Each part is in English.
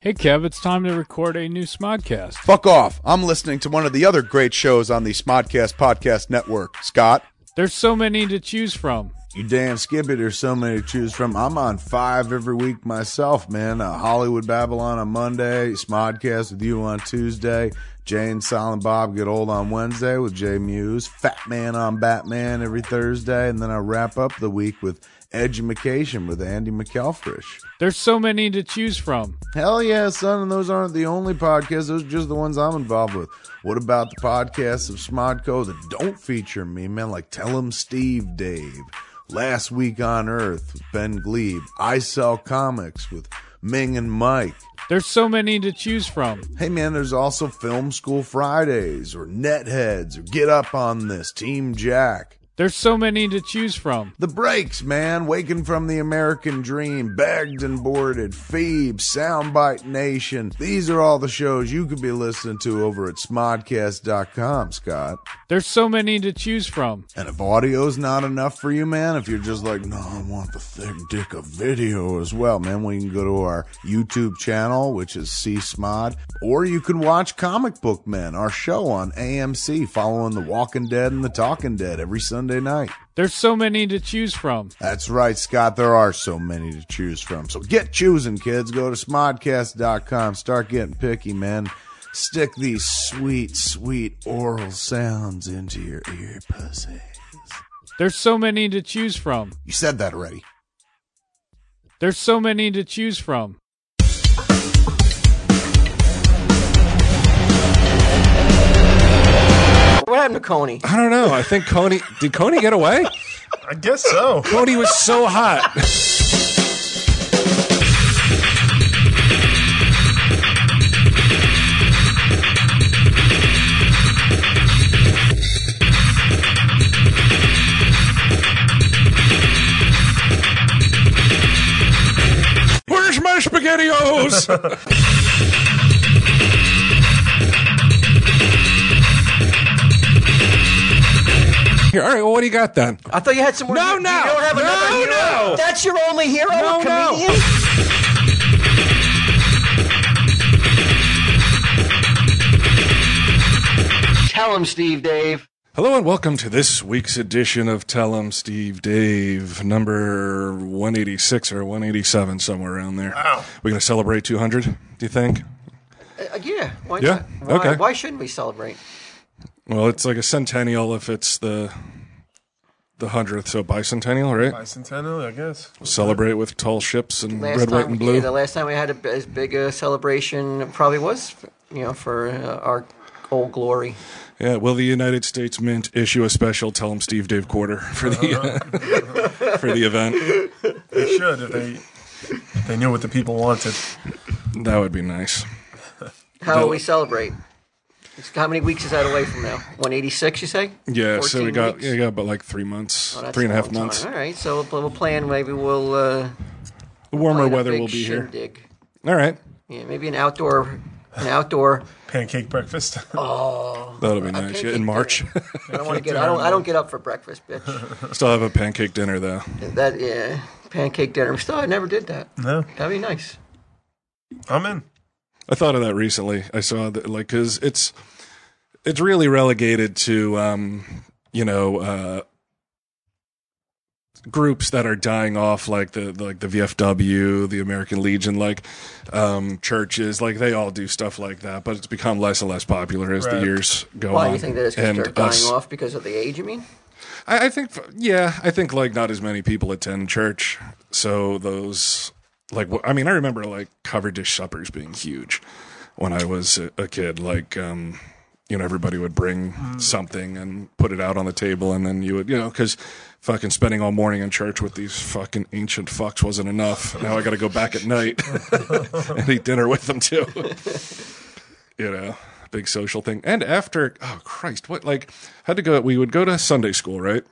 Hey, Kev, it's time to record a new Smodcast. Fuck off. I'm listening to one of the other great shows on the Smodcast Podcast Network. Scott, There's so many to choose from. You damn skip it. There's so many to choose from. I'm on five every week myself, man. Uh, Hollywood Babylon on Monday, Smodcast with you on Tuesday, Jane, Silent Bob Get Old on Wednesday with Jay Muse, Fat Man on Batman every Thursday, and then I wrap up the week with Edumacation with Andy McElfrish. There's so many to choose from. Hell yeah, son, and those aren't the only podcasts. Those are just the ones I'm involved with. What about the podcasts of Smodco that don't feature me, man? Like Tell 'em Steve Dave, Last Week on Earth with Ben Glebe, I Sell Comics with Ming and Mike. There's so many to choose from. Hey man, there's also Film School Fridays or Netheads or Get Up on This, Team Jack. There's so many to choose from. The breaks, man. Waking from the American Dream, Bagged and Boarded, Phoebe, Soundbite Nation. These are all the shows you could be listening to over at smodcast.com, Scott. There's so many to choose from. And if audio's not enough for you, man, if you're just like, no, I want the thick dick of video as well, man, well, you can go to our YouTube channel, which is CSMOD, or you can watch Comic Book Men, our show on AMC, following The Walking Dead and The Talking Dead every Sunday night. There's so many to choose from. That's right, Scott. There are so many to choose from. So get choosing, kids. Go to smodcast.com. Start getting picky, man. Stick these sweet, sweet oral sounds into your ear pussy. There's so many to choose from. You said that already. There's so many to choose from. What happened to Coney? I don't know. I think Coney did Coney get away? I guess so. Coney was so hot. Where's my spaghettios? Here, all right. Well, what do you got then? I thought you had some. more- No, you, no. you don't have No, another hero? no. That's your only hero, No, a no. comedian. Tell him, Steve, Dave. Hello and welcome to this week's edition of Tell 'em Steve Dave, number 186 or 187, somewhere around there. Wow. We're going to celebrate 200, do you think? Uh, yeah. Why Yeah, Not? Why, okay. Why shouldn't we celebrate? Well, it's like a centennial if it's the the 100th, so bicentennial, right? Bicentennial, I guess. Celebrate with tall ships and Last red, time, white, and yeah, blue. the last time we had a, as big a celebration probably was, you know, for uh, our old glory. Yeah, will the United States Mint issue a special Tell 'em Steve Dave quarter for the, uh, for the event? They should if they if they knew what the people wanted. That would be nice. How will we celebrate? It's- How many weeks is that away from now? 186, you say? Yeah, so 14 we got, weeks? yeah, we got about like three months, Oh, that's three and a half long time. months. All right, so we'll, we'll plan. Maybe we'll. Uh, The warmer plan a weather big will be here. shindig. All right. Yeah, maybe an outdoor, an outdoor. Pancake breakfast. That'll be nice. can't Yeah, eat in March. I don't want to get. I don't. I don't get up for breakfast, bitch. Still have a pancake dinner though. That yeah, pancake dinner. Still, I never did that. no, That'd be nice. I'm in. I thought of that recently. I saw that like cuz it's it's really relegated to um you know uh groups that are dying off like the like the VFW, the American Legion like um churches like they all do stuff like that, but it's become less and less popular as the Right. years go Why on. do you think that it's going Oh, And to start dying us- off because of the age? You mean? I, I think, yeah, I think like not as many people attend church. So those, like, wh- I mean, I remember like cover dish suppers being huge when I was a, a kid. Like, um, you know, everybody would bring something and put it out on the table, and then you would, you know, because fucking spending all morning in church with these fucking ancient fucks wasn't enough. Now I got to go back at night and eat dinner with them too. you know, big social thing. And after, oh Christ, what like had to go. We would go to Sunday school, right?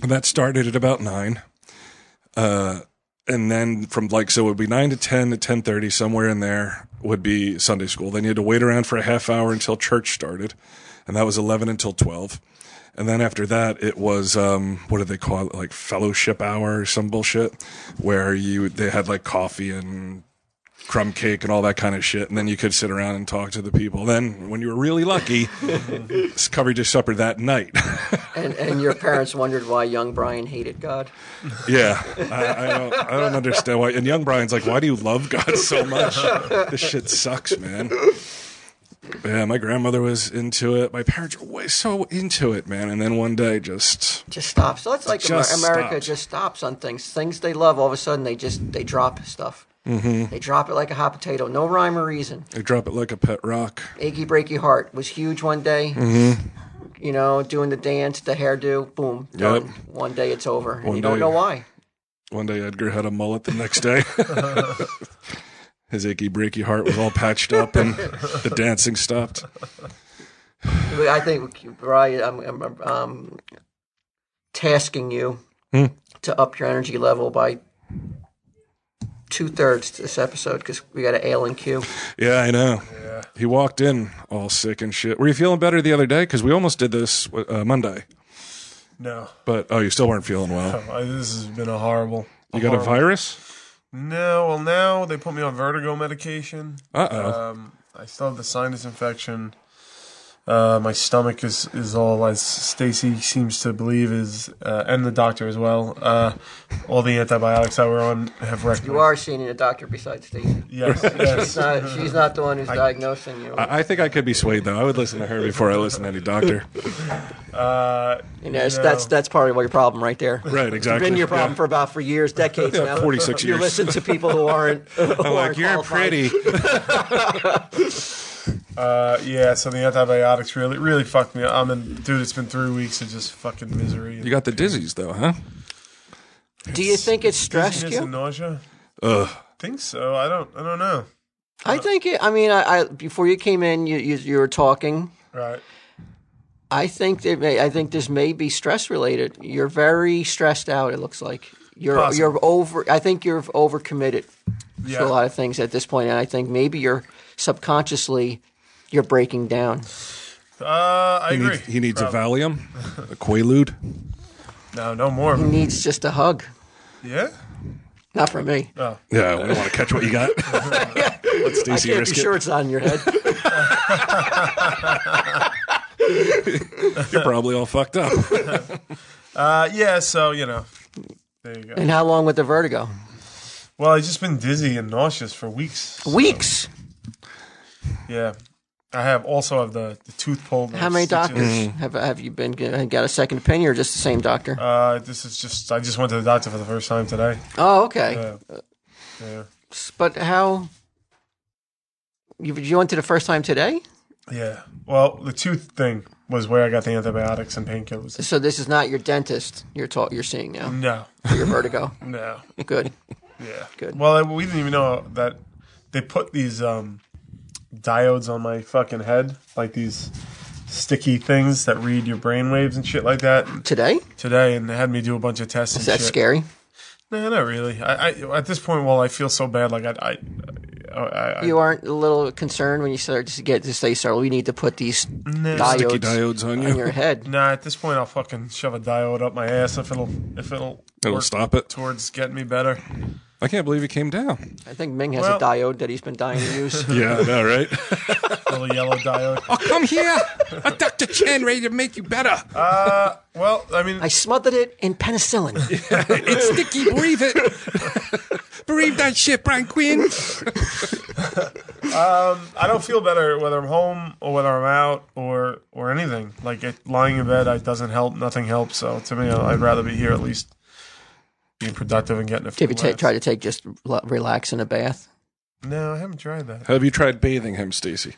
And that started at about nine, uh, and then from like so it would be nine to ten to ten thirty somewhere in there would be Sunday school. Then you had to wait around for a half hour until church started, and that was eleven until twelve. And then after that, it was um, what did they call it? Like fellowship hour or some bullshit, where you they had like coffee and crumb cake and all that kind of shit. And then you could sit around and talk to the people. Then, when you were really lucky, it's covered your supper that night. And, and your parents wondered why young Brian hated God. yeah, I, I, don't, I don't understand why. And young Brian's like, why do you love God so much? This shit sucks, man. Yeah, my grandmother was into it. My parents were way so into it, man. And then one day, just Just stops. So that's like Amer- Just America stopped. just stops on things. Things they love, all of a sudden they just they drop stuff. Mm-hmm. They drop it like a hot potato, no rhyme or reason. I drop it like a pet rock. Achy Breaky Heart was huge one day. Mm-hmm. You know, doing the dance, the hairdo, boom, done. One day it's over, and One you don't day. know why. One day Edgar had a mullet the next day. His achy breaky heart was all patched up and the dancing stopped. But I think Brian, I'm, I'm um, tasking you Hmm. to up your energy level by two thirds this episode because we got an L and Q. Yeah, I know. He walked in all sick and shit. Were you feeling better the other day? Because we almost did this uh, Monday, No, but oh, you still weren't feeling well. I, this has been a horrible. You got a horrible- virus? No, well now they put me on vertigo medication. Uh oh. Um, I still have the sinus infection. Uh, my stomach is, is all as Stacy seems to believe is, uh, and the doctor as well. Uh, all the antibiotics I were on have wrecked. You me. are seeing a doctor besides Stacey. Yes. She's yes. not, she's not the one who's diagnosing you. I I think I could be swayed though. I would listen to her before I listen to any doctor. Uh, you know, that's- no. that's that's part of your problem right there. Right, exactly. It's been your problem for about for years, decades now. 46 You years. listen to people who aren't. Who I'm like, aren't you're qualified." pretty. Uh, yeah, so the antibiotics really, really fucked me. up. I'm in, dude. It's been three weeks of just fucking misery. And You got the dizzies though, huh? Do you think it stressed dizziness and you? nausea. Ugh. think so. I don't. I don't know. I think it. I mean, I, I before you came in, you you, you were talking. Right. I think that may, I think this may be stress related. You're very stressed out. It looks like you're Possible. you're over. I think you're overcommitted to a Yeah. lot of things at this point, and I think maybe you're subconsciously you're breaking down. Uh, I He agree. needs, he needs a Probably. Valium, a Quaalude. No, no more. He needs just a hug, Yeah. not from me. Uh, Yeah, we don't want to catch what you got. Let I Stacy can't be risk sure it. it's on your head. You're probably all fucked up. Uh, yeah. So you know. There you go. and how long with the vertigo? Well, I've just been dizzy and nauseous for weeks. Weeks. Yeah. I have also have the, the tooth pulled. How many stitches. doctors have have you been got a second opinion or just the same doctor? Mm-hmm. Uh, this is just. I just went to the doctor for the first time today. oh, okay. Yeah. Yeah. But how? You, you went to the first time today, Yeah. Well, the tooth thing was where I got the antibiotics and painkillers. so this is not your dentist you're ta- you're seeing now No. for your vertigo. No. Good. Yeah. Good. Well, I- we didn't even know that they put these um, diodes on my fucking head, like these sticky things that read your brain waves and shit like that Today? today, and they had me do a bunch of tests. Is and that shit. scary? No, not really. I, I at this point, while I feel so bad, like I, I, I, I You aren't a little concerned when you start to get to say, "Sir, we need to put these Mm-hmm. diodes, Sticky diodes on on you. your head." Nah, at this point, I'll fucking shove a diode up my ass if it'll if it'll It'll work stop it. towards getting me better. I can't believe he came down. I think Ming has Well- a diode that he's been dying to use. Yeah, I know, right? Little yellow diode. Come here. I'm Dr. Chen ready to make you better. Well, I mean, I smothered it in penicillin. It's sticky. Breathe it. Breathe that shit, Brian Quinn. I don't feel better whether I'm home or whether I'm out or or anything. Like it, lying in bed, it doesn't help. Nothing helps. So to me, I'd rather be here at least being productive and getting a few Have you ta laughs. try to take just l- relax in a bath? No, I haven't tried that. Have you tried bathing him, Stacy?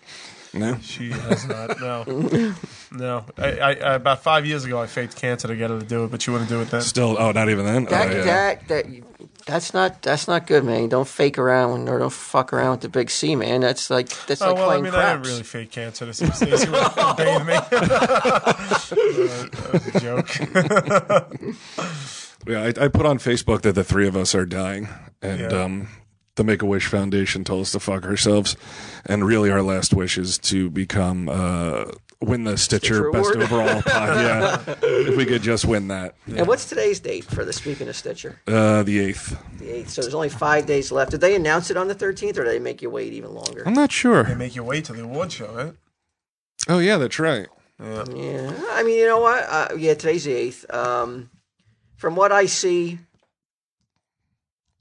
No. She has not. No, no. I, I, I about five years ago, I faked cancer to get her to do it, but she wouldn't do it then. Still, oh, not even then? That, oh, yeah. that that that's not that's not good, man. Don't fake around or don't fuck around with the big C, man. That's like that's Oh like well, I playing mean, I craps. didn't really fake cancer to see if Stacey would bathe me. that was a joke. Yeah, I, I put on Facebook that the three of us are dying, and Yeah. um, the Make a Wish Foundation told us to fuck ourselves, and really our last wish is to become uh, win the Stitcher Stitcher, Best Award. Overall Pod. Yeah, if we could just win that. And what's today's date for the speaking of Stitcher? Uh, the eighth. The eighth. So there's only five days left. Did they announce it on the thirteenth, or did they make you wait even longer? I'm not They sure. make you wait till the award show, right? Oh yeah, that's right. Yeah, I mean, you know what? Uh, yeah, today's the eighth. Um, from what I see,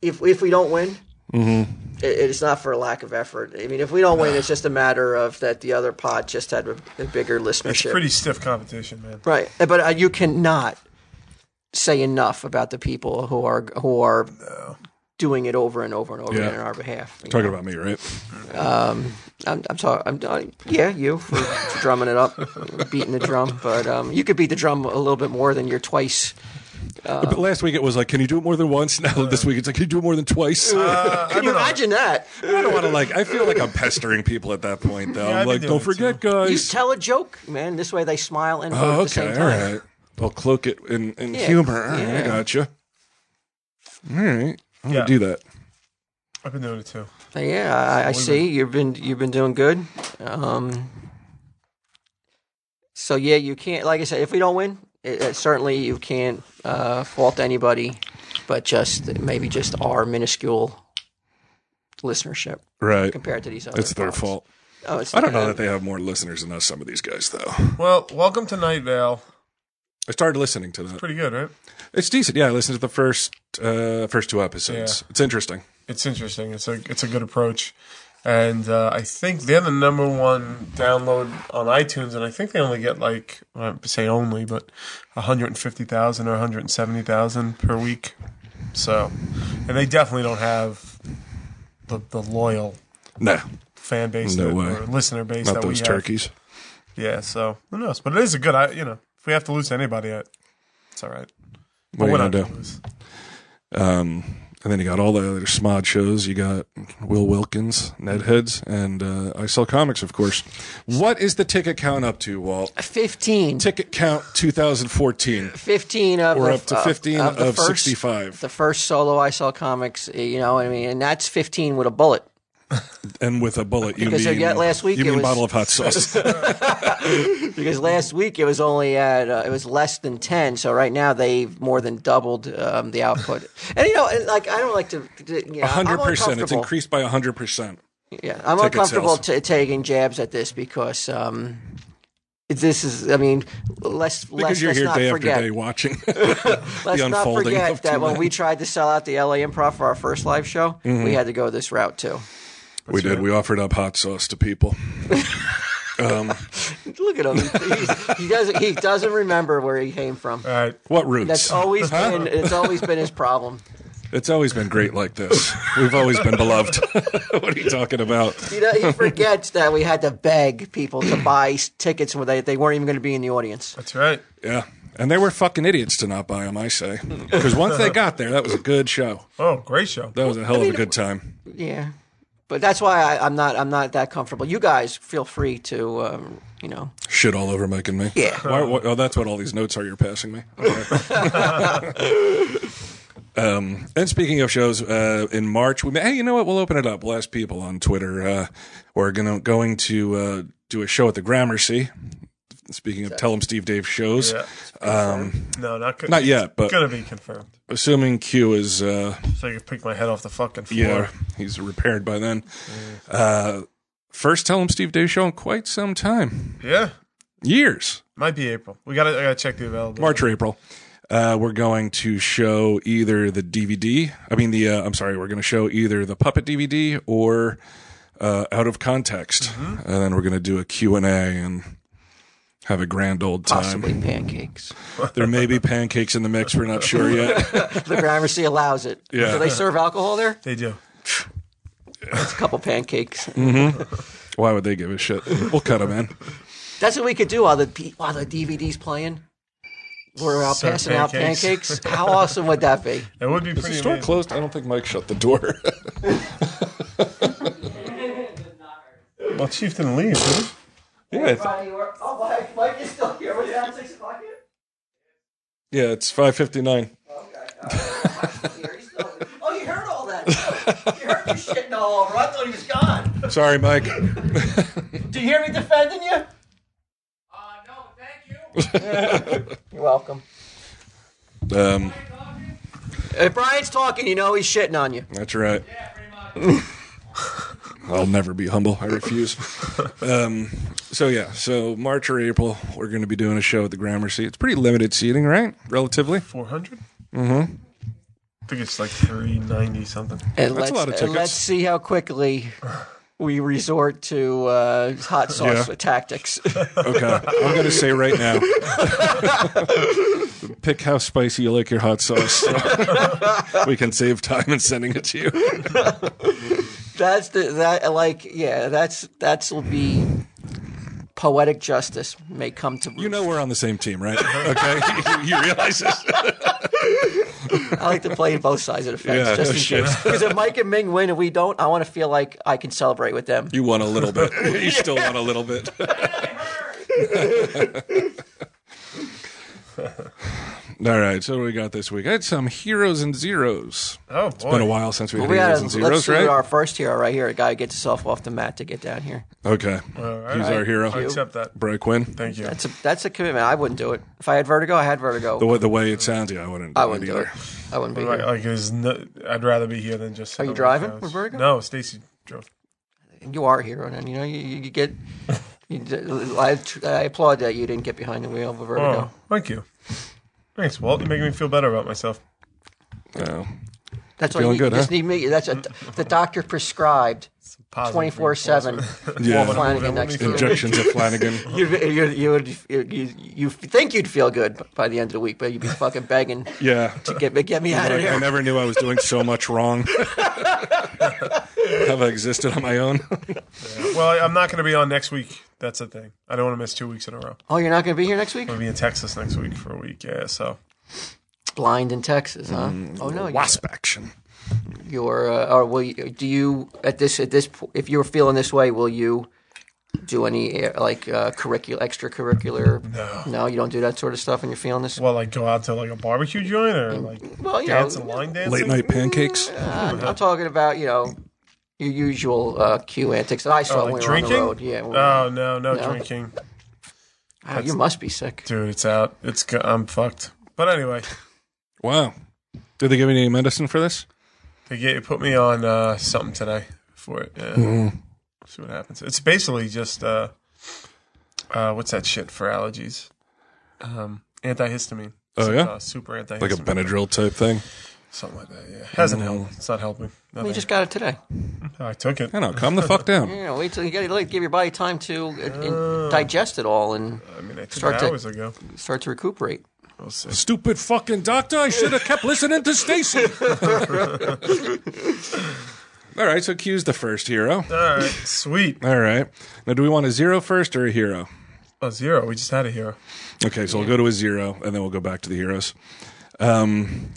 if if we don't win, it, it's not for a lack of effort. I mean, if we don't win, it's just a matter of that the other pod just had a, a bigger It's listenership, pretty stiff competition, man. right? But uh, you cannot say enough about the people who are who are doing it over and over and over Yeah. again on our behalf. you Talking know? about me, right? I'm, I'm talking. I'm done. Yeah, you for, for drumming it up, beating the drum. But um, you could beat the drum a little bit more than your twice. Um, but last week it was like, can you do it more than once? Now this week it's like, can you do it more than twice? Uh, Can you imagine that? I don't want to like. I feel like I'm pestering people at that point, though. I'm Yeah, I've been like, doing don't it, forget, You guys. tell a joke, man. This way they smile and vote oh, at the same okay, all time. right. I'll cloak it in, in Yeah, humor. All right, I yeah. gotcha. All right, I'm Yeah. gonna do that. I've been doing it too. Uh, Yeah, I, I see. You've been you've been doing good. Um, so yeah, you can't. Like I said, if we don't win, it, it, certainly you can't uh, fault anybody, but just maybe just our minuscule listenership Right, compared to these other. it's their pods. fault. Oh, it's I don't know uh, that they have more listeners than us. Some of these guys, though. Well, welcome to Night Vale. I started listening to that. Pretty good, right? It's decent. Yeah, I listened to the first uh, first two episodes. Yeah. It's interesting. It's interesting. It's a it's a good approach, and uh, I think they're the number one download on iTunes, and I think they only get like I won't say only, but one hundred and fifty thousand or one hundred and seventy thousand per week. So, and they definitely don't have the the loyal No, fan base No that, way. or listener base not that those we turkeys. have. Yeah. So who knows? But it is a good. I you know if we have to lose to anybody, I- it's all right. What are you we're gonna not do? gonna lose. Um, and then you got all the other smod shows. You got Will Wilkins, Ned Heads, and uh, I sell comics, of course. What is the ticket count up to, Walt? 15. Ticket count 2014. 15 of We're of- up to of- 15 of, the of first, 65. The first solo I saw comics, eh, you know what I mean? And that's 15 with a bullet. And with a bullet, you Because mean yet last week you it mean was- bottle of hot sauce. Because last week it was only at, uh, it was less than 10. So right now they've more than doubled um, the output. And you know, and like, I don't like to, to- you know, I'm 100%. It's uncomfortable. increased by 100%. Yeah, I'm Ticket uncomfortable sales. t- taking jabs at this because um, this is, I mean, let's, Because let's, you're let's here not day forget. after day watching the Let's not unfolding forget of that when T-Man. we tried to sell out the LA Improv for our first live show, Mm-hmm. we had to go this route too. We did. We offered up hot sauce to people. um, Look at him. He's, he doesn't. He doesn't remember where he came from. All right. what roots? That's always Uh, Huh? been. It's always been his problem. It's always been great like this. We've always been beloved. what are you talking about? You know, he forgets that we had to beg people to buy s- tickets when they, they weren't even going to be in the audience. That's right. Yeah. And they were fucking idiots to not buy them, I say. Because once they got there, that was a good show. Oh, great show. That was a hell of a good time. Yeah, but that's why I, I'm not. I'm not that comfortable. You guys feel free to. Um, you know. Shit all over Mike and me. Yeah. Why, why, oh, that's what all these notes are you're passing me. Okay. um, and speaking of shows, uh, in March, we may, hey, you know what? We'll open it up. We'll ask people on Twitter. Uh, we're gonna, going to uh, do a show at the Gramercy. Speaking of Tell 'em Steve Dave shows. Yeah. Um, No, not good. not yet, but gonna be confirmed. assuming Q is uh, So you can pick my head off the fucking floor. Yeah, he's repaired by then. Uh, first, tell him Steve Dave show in quite some time. Yeah, Years, might be April. We gotta, I gotta check the availability. March or April. Uh, we're going to show either the DVD. I mean, the uh, I'm sorry, we're going to show either the puppet DVD or uh, out of context, and then we're going to do a Q and A and have a grand old time. Possibly pancakes. There may be pancakes in the mix. We're not sure yet. The Gramercy allows it. Yeah. Do they serve alcohol there? They do. It's a couple pancakes. Why would they give a shit? We'll cut them in. That's what we could do while the P- while the DVD's playing. We're out Serve passing pancakes. out pancakes. How awesome would that be? That would be Is the pretty. store Amazing. closed? I don't think Mike shut the door. Well, Chief didn't leave. Did he? yeah, I th- Oh, Mike, Mike is still here. What is that? Six o'clock here? yeah, it's five fifty nine. Oh, you heard all that. You heard me shitting all over. I thought he was gone. Sorry, Mike. Do you hear me defending you? You're welcome. Um, If Brian's talking, you know he's shitting on you. that's right. I'll never be humble. I refuse. um, so yeah, so March or April, we're going to be doing a show at the Gramercy. It's pretty limited seating, right? Relatively. 400? Mm-hmm. I think it's like 390 something. And That's let's, a lot of and let's tickets. see how quickly we resort to uh, hot sauce Yeah. tactics. Okay, I'm going to say right now. Pick how spicy you like your hot sauce. we can save time in sending it to you. that's the that like yeah. That's that's will be poetic justice may come to. You know we're on the same team, right? Okay, you realize this? I like to play both sides of the fence Yeah, just no in shit. case. Because if Mike and Ming win and we don't, I want to feel like I can celebrate with them. You won a little bit. You still won a little bit. All right, so what do we got this week? I had some heroes and zeros. Oh, It's been a while since we had We heroes gotta, and let's zeros, do right? our first hero right here. A guy gets himself off the mat to get down here. Okay, Uh, he's our I hero. accept that. Bry Quinn. Thank you. That's a that's a commitment. I wouldn't do it. If I had vertigo, I had vertigo. The way, the way it sounds, yeah, I wouldn't. Do I it wouldn't do it. either. I wouldn't be Like, here. like there's no, I'd rather be here than just. sit Are you on the driving, couch. Roberto? No, Stacy drove. You are a hero, and you know you, you get. You, d- I, I applaud that you didn't get behind the wheel of a vertigo. Oh, thank you. Thanks, Walt. You're making me feel better about myself. No. that's all you, feeling need. good, you just huh? need me. That's a, the doctor prescribed Positive twenty four seven. Yeah, Flanagan next to you. injections of Flanagan. You you you would you, you, you think you'd feel good by the end of the week, but you'd be fucking begging Yeah, to get get me out of Like, I here. never knew I was doing so much wrong. Have I existed on my own? Well, I- I'm not going to be on next week. That's the thing. I don't want to miss two weeks in a row. Oh, you're not going to be here next week? I'm going to be in Texas next week for a week. Yeah, so Blind in Texas, huh? oh no, you're- Mm, Wasp action. your uh, or will you, do you at this at this po- if you're feeling this way will you do any uh, like uh, curricular extracurricular no you don't do that sort of stuff when you're feeling this well, like go out to like a barbecue joint or like well you dance know and line dancing. Late night pancakes. uh, I'm talking about you know your usual uh, Q antics that I saw Oh, when like we were drinking? on the road yeah when we were- oh no, no, No. drinking, Wow, you must be sick dude. It's out. It's go- I'm fucked. But anyway, Wow. Did they give me any medicine for this? they get, put me on uh, something today for it. Yeah. Mm-hmm. See what happens. It's basically just uh, uh, what's that shit for allergies? Um, antihistamine. Oh, yeah? uh, super antihistamine, Like a Benadryl type thing? something like that. Yeah, hasn't Mm. helped. It's not helping. we Nothing. just got it today I took it. I know. Calm the fuck down. you know wait till you get it like, give your body time to uh, in- digest it all and I mean, I took Start it to- hours ago. start to recuperate We'll see. Stupid fucking doctor. I should have kept listening to Stacy. All right. So Q's the first hero. All right, sweet. All right. Now, do we want a zero first or a hero? A zero. We just had a hero. Okay. So we'll go to a zero and then we'll go back to the heroes. Um,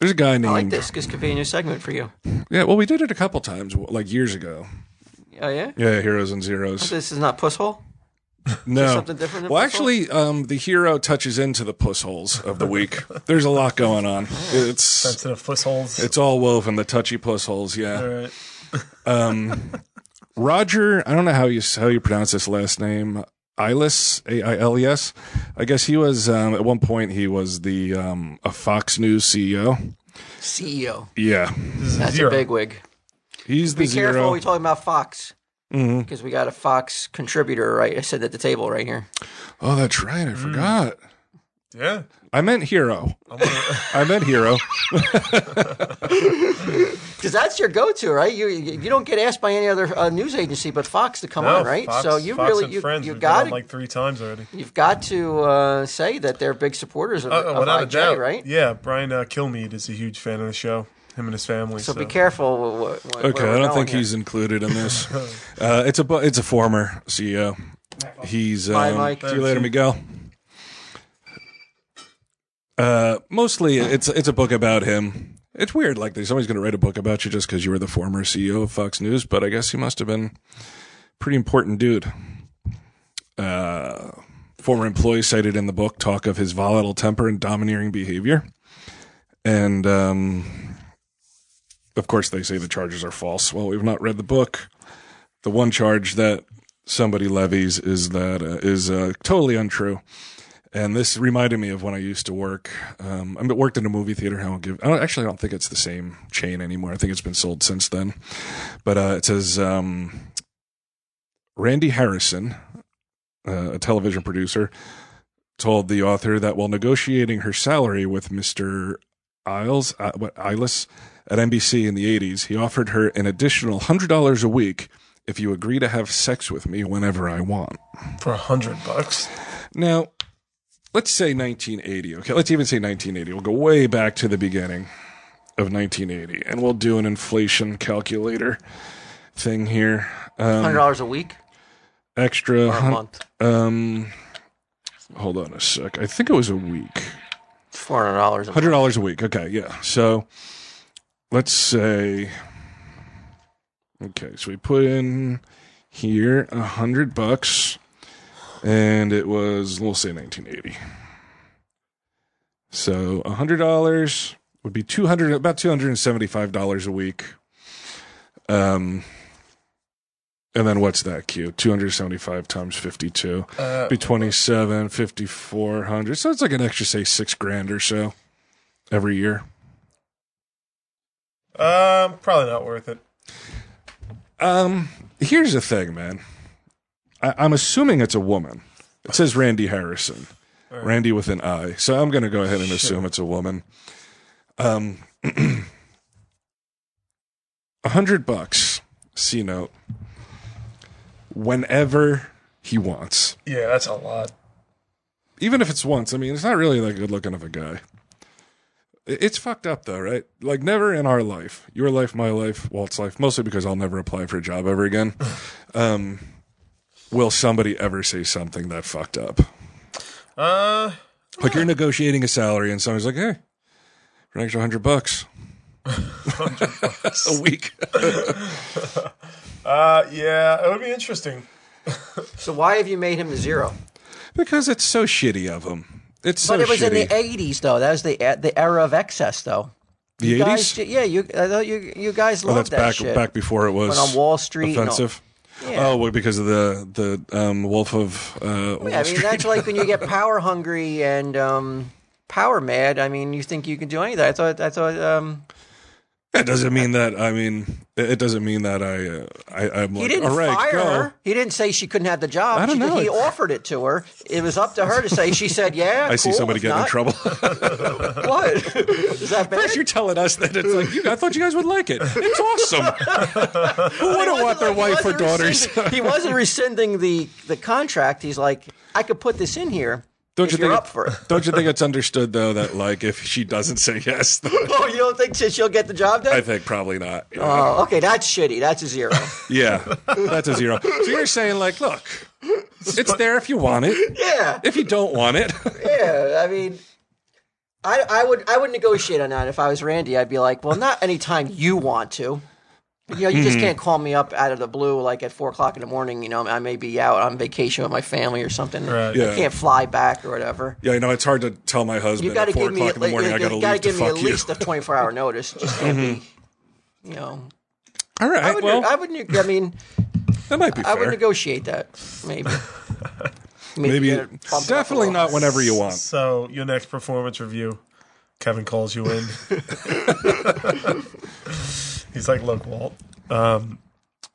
there's a guy named. I like this this could be a new segment for you Yeah. Well, we did it a couple times, like years ago. oh yeah Yeah, heroes and zeros. this is not puss hole No, something different than Well, puss holes? actually, um, the hero touches into the puss holes of the week. There's a lot going on. It's Instead of footholds. it's all woven the touchy puss holes. All Yeah, right. Roger. I don't know how you how you pronounce this last name. Iles, A I L E S. I guess he was um, at one point he was the um, a Fox News CEO. CEO. Yeah, This is That's zero. E a big wig. he's the Be zero. careful. We're talking about Fox Mm-hmm. because we got a Fox contributor right. I said at the table right here. oh, that's right. I Mm. forgot. Yeah. I meant hero. I meant hero. Because that's your go-to, right? You you you don't get asked by any other uh, news agency but Fox to come on, right? Fox- so you Fox really and you, friends. you We've been on, got to, like three times already. you've got to uh, say that they're big supporters of, Uh, of without IJ, a doubt, right? Yeah, Brian uh, Kilmeade is a huge fan of the show. Him and his family. So So, be careful. wh- wh- wh- where Okay, we're I don't going think here. he's included in this. uh, it's a bu- it's a former CEO. He's um, Bye, Mike. See you later, Miguel. Uh, mostly, it's it's a book about him. It's weird, like somebody's going to write a book about you just because you were the former CEO of Fox News. But I guess he must have been a pretty important dude. Uh, former employees cited in the book talk of his volatile temper and domineering behavior, and um, of course, they say the charges are false. Well, we've not read the book. The one charge that somebody levies is that uh, is uh, totally untrue, And this reminded me of when I used to work. Um, I worked in a movie theater. I won't give. I don't, actually, I don't think it's the same chain anymore. I think it's been sold since then. But uh, it says um, Randy Harrison, uh, a television producer, told the author that while negotiating her salary with Mister Isles, uh, what Isles, at NBC in the '80s, he offered her an additional hundred dollars a week if you agree to have sex with me whenever I want. for a hundred bucks. Now, let's say 1980. Okay, let's even say 1980. We'll go way back to the beginning of 1980, and we'll do an inflation calculator thing here. Hundred dollars a week or Extra a um, hun- month? Um, hold on a sec. I think it was a week. Four hundred dollars a month. Hundred dollars a week. Okay, yeah. So let's say, okay, so we put in here a hundred bucks, and it was we'll say nineteen eighty. So a hundred dollars would be two hundred, about two hundred and seventy-five dollars a week. Um, and then what's that? Q two hundred seventy-five times fifty-two Uh, be 27 5400 so it's like an extra say six grand or so every year um, probably not worth it. um here's the thing man I- i'm assuming it's a woman it says randy harrison randy with an i so i'm gonna go ahead and assume it's a woman um a hundred bucks c note whenever he wants Yeah, that's a lot. even if it's once, I mean, it's not really that good looking of a guy. I- It's fucked up though, right? Like never in our life, your life, my life, Walt's life, mostly because I'll never apply for a job ever again. um, will somebody ever say something that fucked up? Uh, Like you're negotiating a salary and somebody's like, "Hey, for an extra hundred bucks, a week." uh, yeah, it would be interesting. So why have you made him zero? because it's so shitty of him. It's so But it was shitty. in the '80s, though. That was the e, the era of excess, though. The You guys 80s? ju- yeah, you I thought you you guys Oh, loved that's that back shit. back before it was Went on Wall Street and all- offensive. Yeah. Oh, well, because of the the um, Wolf of uh, Wall Yeah, I mean Street. that's like when you get power hungry and um, power mad. I mean, you think you can do anything. I thought I thought um, That doesn't mean that. I mean, it it doesn't mean that I uh, I I'm like he didn't all right, fire go. her. He didn't say she couldn't have the job. I don't She did- know. He offered it to her. It was up to her to say. She said, "Yeah." I see cool, somebody if getting in not- trouble. What is that bad? You're telling us that it's like you, I thought you guys would like it. It's awesome. Who He wouldn't wasn't want their like- he wife or wasn't daughters? rescinding- he wasn't rescinding the the contract. He's like, I could put this in here. Don't if you you're think- up for it? Don't you think it's understood though that like if she doesn't say yes, then Oh, you don't think she- she'll get the job done? I think probably not. Yeah. oh, okay, that's shitty. That's a zero. yeah, that's a zero. So you're saying like, look, it's there if you want it. yeah, If you don't want it, yeah. I mean, I I would I would negotiate on that if I was Randy. I'd be like, well, not anytime you want to. You know, you just Mm-hmm. can't call me up out of the blue, like at four o'clock in the morning. You know, I may be out on vacation with my family or something. Right. Yeah. I can't fly back or whatever. yeah, you know it's hard to tell my You husband got at to four give me o'clock in the like, morning. I you got got to to leave to give me at fuck you. least a twenty four hour notice. It Just can't be, you know. I All right, would. Mm-hmm. well, I would. neg- I mean, that might be I would fair. negotiate that. Maybe. Maybe get it- bump it up a definitely little. not whenever you want. So your next performance review, Kevin calls you in. He's like, "Look, Walt, um,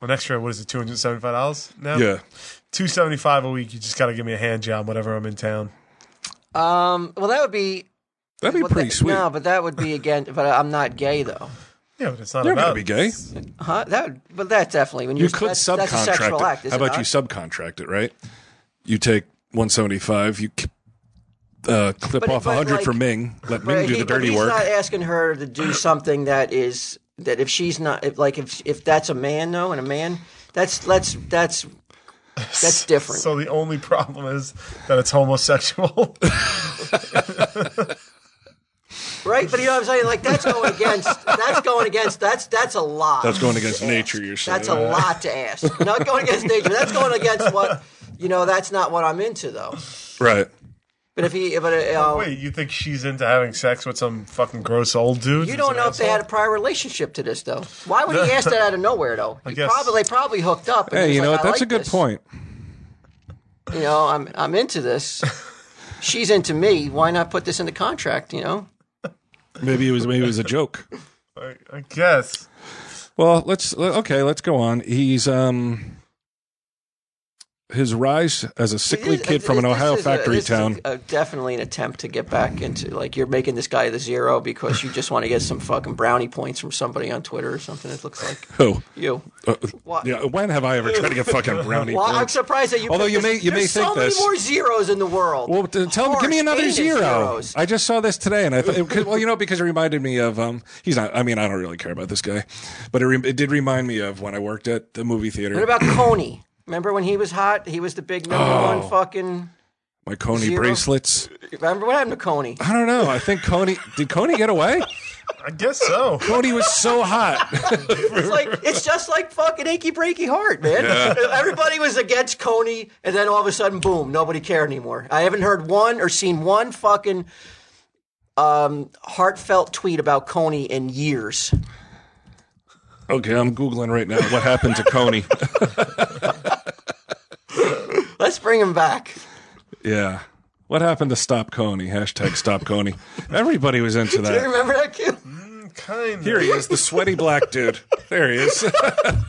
an extra what is it, two hundred seventy-five dollars now? Yeah. two seventy-five a week. You just got to give me a hand job whenever I'm in town. Um. Well, that would be. That'd be well, pretty that- sweet. No, but that would be again. But I'm not gay though. Yeah, but it's not You're about gonna be gay. Huh? That. Would, but that's definitely when You you're, could that's, subcontract That's a sexual it. act. Is How it about not? you subcontract it? Right. You take 175. You k- uh, clip But- off but, 100 for like- Ming. Let But Ming do he- the but dirty he's work. not asking her to do something that is that if she's not if, like if if that's a man though and a man that's that's that's that's different. So the only problem is that it's homosexual. Right, but you know what I'm saying? Like that's going against. That's going against. That's that's a lot. That's going against to ask. nature, you're saying. That's a lot to ask. Not going against nature. That's going against what you know. That's not what I'm into, though. right. But if he, but uh, Wait, you think she's into having sex with some fucking gross old dude? you who's don't an know if they asshole? had a prior relationship to this, though. Why would he ask that out of nowhere, though? He guess. probably they probably hooked up. and Hey, he's you know like, what? "I That's a like good this. point. You know, I'm I'm into this. she's into me. Why not put this in the contract? You know, Maybe it was maybe it was a joke. I, I guess. Well, let's le- okay, let's go on. He's um his rise as a sickly This- kid from an this Ohio is a- factory this is a- town. a- definitely an attempt to get back into like you're making this guy the zero because you just want to get some fucking brownie points from somebody on Twitter or something. It looks like Who? you. Uh, Why- yeah, when have I ever tried to get fucking brownie Well, I'm points? surprised that you. Although picked you this- may- you may there's think so many this. more zeros in the world. Well, t- tell Horse, give me another anus zero. zeros. I just saw this today, and I thought, it- well, you know, because it reminded me of um, he's not. I mean, I don't really care about this guy, but it, re- it did remind me of when I worked at the movie What theater. about Coney? Remember when he was hot? He was the big number one fucking. My Coney Zero? bracelets. Remember what happened to Coney? I don't know. I think Coney did Coney get away? I guess so. Coney was so hot. It's like it's just like fucking achy breaky heart, man. Everybody was against Coney, and then all of a sudden, boom, nobody cared anymore. I haven't heard one or seen one fucking um, heartfelt tweet about Coney in years. Okay, I'm googling right now. What happened to Coney? Let's bring him back. Yeah. What happened to Stop Coney? Hashtag Stop Coney. Everybody was Do into you that. remember that kid? Kind Here of. he is, the sweaty black dude. There he is.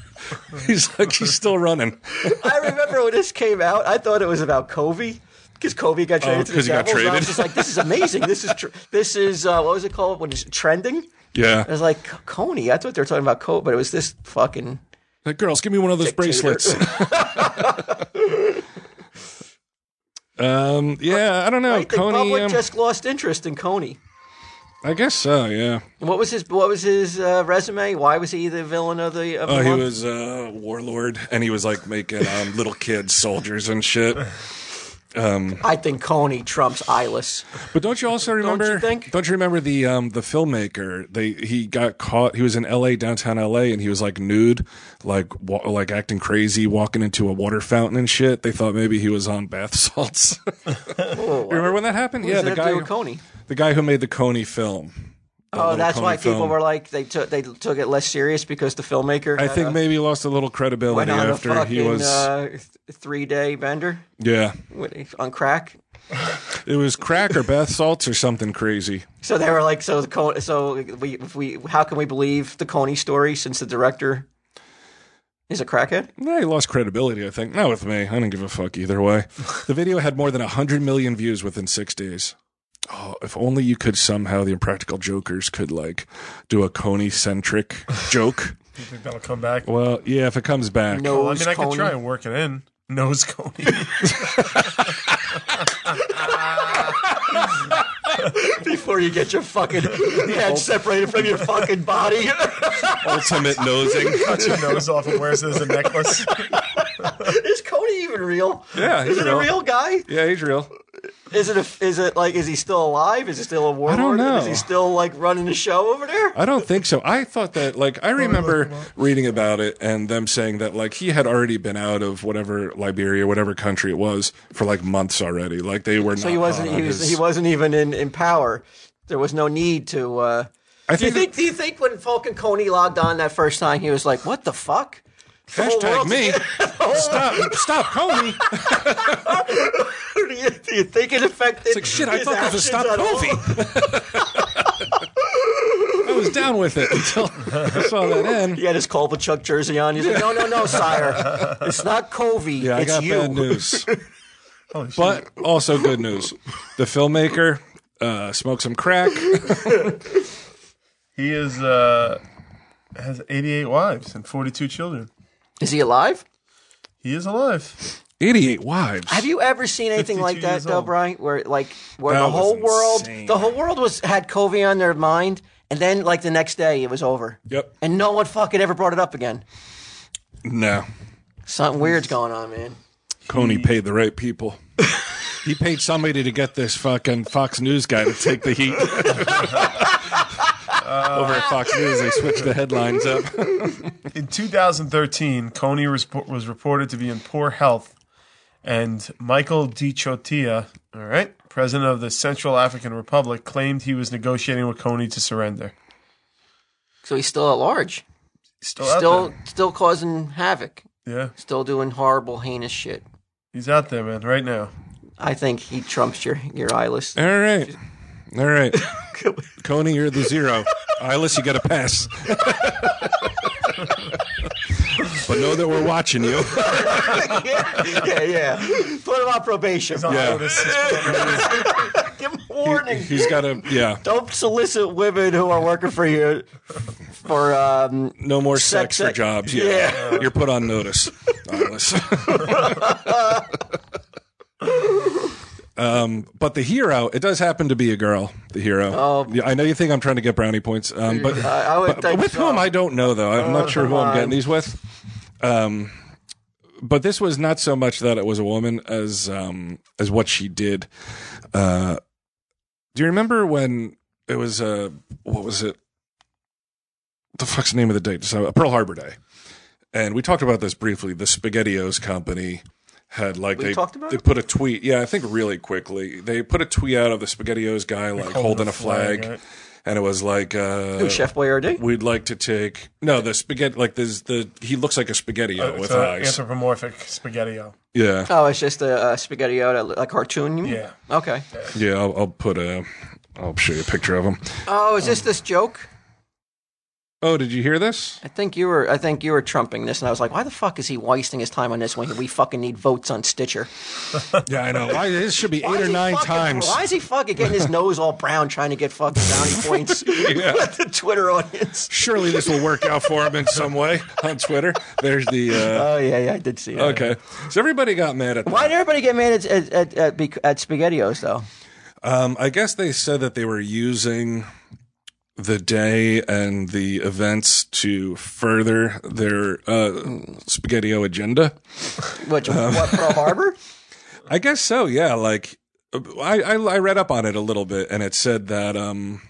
he's like he's still running I remember when this came out. I thought it was about Covey. Because Kobe got traded to the Oh, 'cause he got Devils, and I traded. was just like, "This is amazing. This is tr- this is uh, what was it called when it's trending?" I yeah was like, "Coney." I thought they were talking about Kobe, but it was this fucking like, girls give me one of those bracelets um yeah i don't know Right? The coney public um, just lost interest in Coney. i guess so yeah And what was his What was his uh, resume? Why was he the villain of the? Of the oh he month? was uh warlord and he was like making um little kids soldiers and shit I think Coney trumps Eyeless. But don't you also remember? you think? don't you remember the um, the filmmaker? They he got caught. He was in L.A. downtown L.A. and he was like nude, like wa- like acting crazy, walking into a water fountain and shit. They thought maybe he was on bath salts. Oh, remember when that happened? yeah, yeah, the guy Coney. the guy who made the Coney film. The Oh, little that's Coney why people film. were like they took they took it less serious because the filmmaker. I had think a- maybe he lost a little credibility Uh-huh. went on after a fucking, he was. uh, th- three day bender yeah, with- on crack. it was crack or bath salts or something crazy. So they were like, so the Coney, so we if we how can we believe the Coney story since the director is a crackhead? No, he lost credibility. I think not with me. I didn't give a fuck either way. The video had more than hundred million views within six days. Oh, if only you could somehow the Impractical Jokers could like do a Coney centric joke. I think that'll come back. Well, yeah, if it comes back, No, Well, I mean, I Coney. could try and work it in. Nose Coney. before you get your fucking head separated from your fucking body. ultimate nosing. Cuts your nose off and wears it as a necklace. is Cody even real? Yeah, Is he's it a real. real guy? Yeah, he's real. Is it a, is it like is he still alive? Is he still a warlord? know. Is he still like running the show over there? I don't think so. I thought that, like, I Oh, remember reading about it and them saying that, like, he had already been out of whatever Liberia, whatever country it was, for like months already. Like, they were. So he wasn't he, was, he wasn't even in, in power. There was no need to. Uh, I do you think think do you think when Falcon Coney logged on that first time he was like, "What the fuck?" The whole hashtag world's- me. Stop, stop, Coney. do, you, do you think it affected? It's like shit. I his thought this was actions Stop at all? Covey. I was down with it until I saw that end. He had his Kolbachuk jersey on. He's like, "No, no, no, sire. It's not Covey. Yeah, I it's got you." Oh, bad news, Holy shit. but also good news. The filmmaker uh, smoked some crack. He is uh, has 88 wives and 42 children. Is he alive? He is alive. Eighty-eight wives. Have you ever seen anything like 52 that, years though, old. Brian? Where like where That the was whole world, insane. the whole world was had Covey on their mind, and then like the next day it was over, Yep. and no one fucking ever brought it up again. No. Something weird's going on, man. Coney Hmm. paid the right people. he paid somebody to get this fucking Fox News guy to take the heat. Over at Fox News, they switched the headlines up. In 2013, Coney was, was reported to be in poor health, and Michael Dichotia, all right, president of the Central African Republic, claimed he was negotiating with Coney to surrender. So he's still at large, Still, out still still causing havoc, there. Yeah, still doing horrible, heinous shit. he's out there, man, right now. I think he trumps your your eye list. All right. All right. Coney, you're the zero. Eyeless, you got to pass. but know that we're watching you. yeah, yeah. Put him on probation. Yeah. Give him a warning. He's got to, yeah. Don't solicit women who are working for you for um, No more sex, Sex- for jobs. Yeah. Yeah. You're put on notice. Eyeless. um, but the hero, it does happen to be a girl, the hero. Oh. Yeah, I know you think I'm trying to get brownie points, um, but I, I would But think with so. Oh, whom I don't know though. I'm not sure who I'm getting these with. Um, but this was not so much that it was a woman as um, as what she did. Uh, do you remember when it was uh, what was it? The fuck's the name of the date? So uh, Pearl Harbor Day, and we talked about this briefly. The Spaghettios company had like We they talked about they it? put a tweet. Yeah, I think really quickly they put a tweet out of the Spaghettios guy like holding a flag, right? and it was like uh, Who, Chef Boyardee? we'd like to take no the spaghetti like this the he looks like Oh, a spaghettio It's with a eyes anthropomorphic spaghettio. yeah Oh, it's just a, uh spaghettio, that, like cartoon. you mean? Yeah. Okay. yeah I'll, I'll put a I'll show you a picture of him Oh, is this this joke? oh did you hear this I think you were. I think you were trumping this, and I was like, "Why the fuck is he wasting his time on this when we fucking need votes on Stitcher?" yeah I know why this should be Why eight is or he nine fucking- times Why is he fucking getting his nose all brown trying to get fucking brownie points with the Twitter audience? surely this will work out for him in some way on Twitter there's the uh, Oh yeah, yeah, I did see that. okay so everybody got mad at Why that. did everybody get mad at at at, at, Bec- at Spaghettios though? Um, I guess they said that they were using the day and the events to further their uh, spaghettio agenda. Which Uh, what Pearl Harbor? I guess so. Yeah, like I, I I read up on it a little bit, and it said that um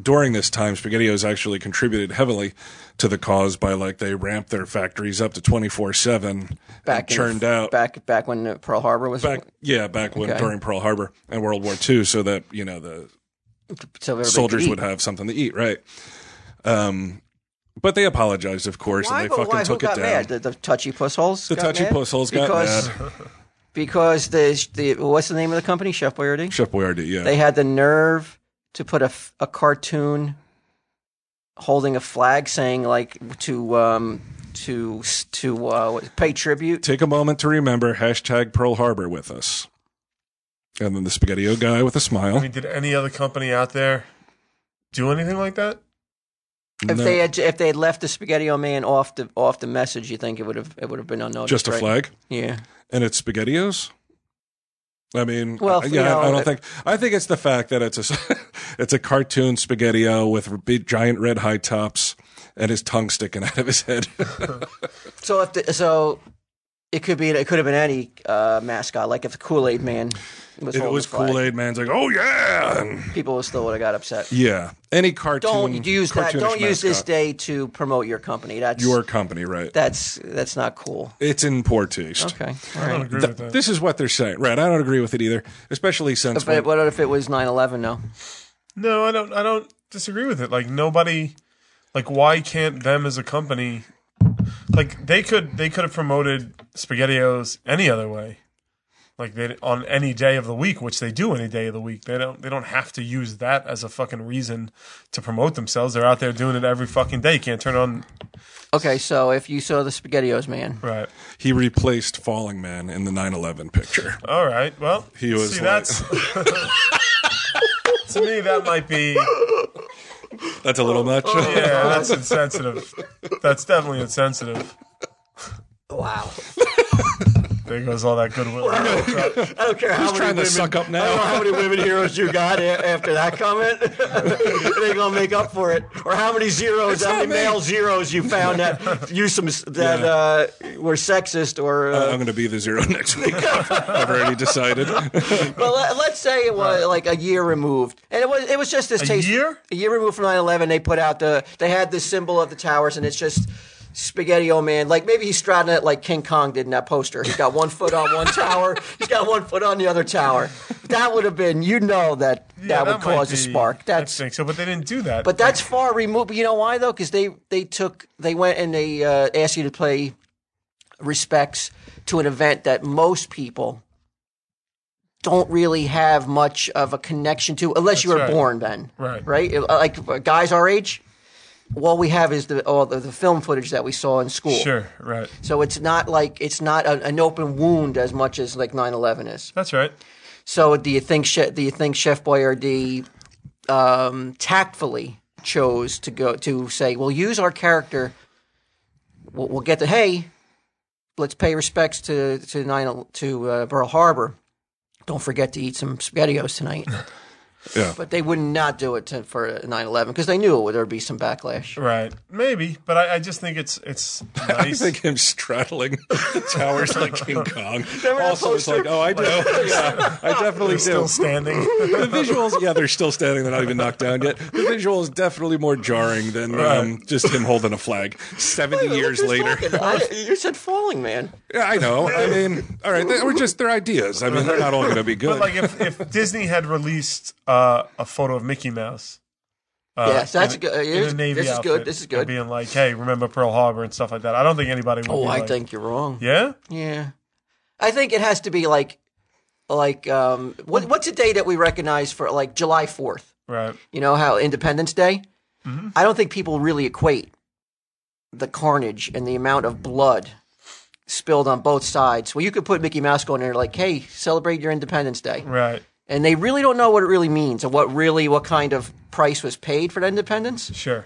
during this time, SpaghettiOs actually contributed heavily to the cause by like they ramped their factories up to twenty four seven, Back in the- churned out Back back when uh, Pearl Harbor was back yeah back when Okay. during Pearl Harbor and World War II, so that you know the so everybody could soldiers eat. would have something to eat, right? Um, but they apologized, of course, Why, and they but fucking why? took Who it got down. mad? The, the touchy pussholes. The touchy pussholes got because, mad. Because the, the what's the name of the company? Chef Boyardee. Chef Boyardee, yeah, They had the nerve to put a, f- a cartoon holding a flag saying like to um to s- to uh, what- pay tribute. take a moment to remember hashtag Pearl Harbor with us. And then the Spaghettio guy with a I smile. mean, did any other company out there do anything like that? If No, they had if they had left the Spaghettio man off the off the message, you think it would have it would have been unnoticed. just a right? flag, Yeah. and it's Spaghettios. I mean, Well, I- you yeah, I- I know, don't think. I think it's the fact that it's a it's a cartoon Spaghettio with big, giant red high tops and his tongue sticking out of his head. So if the, so, it could be it could have been any uh, mascot. Like if the Kool Aid man was it holding was the flag, Kool Aid Man's like, oh yeah, and- people would still would have got upset. yeah. Any cartoon. Don't use that. cartoonish Don't use this mascot. day to promote your company. That's Your company, right? that's that's not cool. it's in poor taste. Okay, all I right. don't agree Th- with that. this is what they're saying, right? I don't agree with it either, especially since But when- what if it was 9-11 though? No, I don't. I don't disagree with it. Like nobody, like why can't them as a company, like they could they could have promoted Spaghettios any other way, like they on any day of the week, which they do any day of the week. They don't they don't have to use that as a fucking reason to promote themselves. They're out there doing it every fucking day. You can't turn on Okay, so if you saw the SpaghettiOs man, right. he replaced Falling Man in the 9/11 picture. All right. Well, He was see like- that's. To me, that might be That's a little much. yeah. That's insensitive. That's definitely insensitive. wow! There goes all that goodwill. I don't care how many trying to women, suck up I don't know now. how many women heroes you got a- after that comment. They're gonna make up for it, or how many zeros, how many not me. male zeros you found that you some that uh, were sexist or. Uh, I'm going to be the zero next week. I've already decided. Well, let, let's say it was like a year removed, and it was it was just this A taste. year? A year removed from 9-11, they put out the they had the symbol of the towers, and it's just spaghetti o man. Like maybe he's striding it like King Kong did in that poster. He's got one foot on one tower, he's got one foot on the other tower. That would have been, you know, that Yeah, that would might cause a be- spark. That's I think so, but they didn't do that. but that's far removed. But you know why though? Because they they took they went and they uh, asked you to play respects to an event that most people don't really have much of a connection to unless you were right. born then. Right. Right? It- Like uh, guys our age, all we have is the all the, the film footage that we saw in school. Sure, right. So it's not like it's not a, an open wound as much as like 9/11 is. That's right. So do you think Che- do you think Chef Boyardee um, tactfully chose to go to say, "We'll use our character. We'll, we'll get the hey, let's pay respects to to nine to uh, Pearl Harbor. Don't forget to eat some spaghettios tonight." Yeah. But they would not do it to, for 9/11 because they knew it would there'd be some backlash. Right. Maybe, but I, I just think it's it's I nice. think him straddling towers like King Kong. Also, it's poster? like, oh, I do. Yeah, I definitely do. still standing. The visuals, yeah, they're still standing. They're not even knocked down yet. The visual is definitely more jarring than um, just him holding a flag 70 years Who's later. talking? I- you said falling man. Yeah, I know. I mean, all right, they, we're just their ideas. I mean, they're not all going to be good. but like if, if Disney had released uh, a photo of Mickey Mouse. Uh, Yes, that's in a- good. in Here's- a Navy this is good, outfit this is good. and Being like, hey, remember Pearl Harbor and stuff like that. I don't think anybody would. Oh, be I like- think you're wrong. Yeah, Yeah, I think it has to be like, like um, what, what's a day that we recognize for like July Fourth? right. You know how Independence Day. I don't think people really equate the carnage and the amount of blood spilled on both sides. Well, you could put Mickey Mouse on there like, "Hey, celebrate your Independence Day," Right. and they really don't know what it really means and what really what kind of price was paid for that independence. Sure.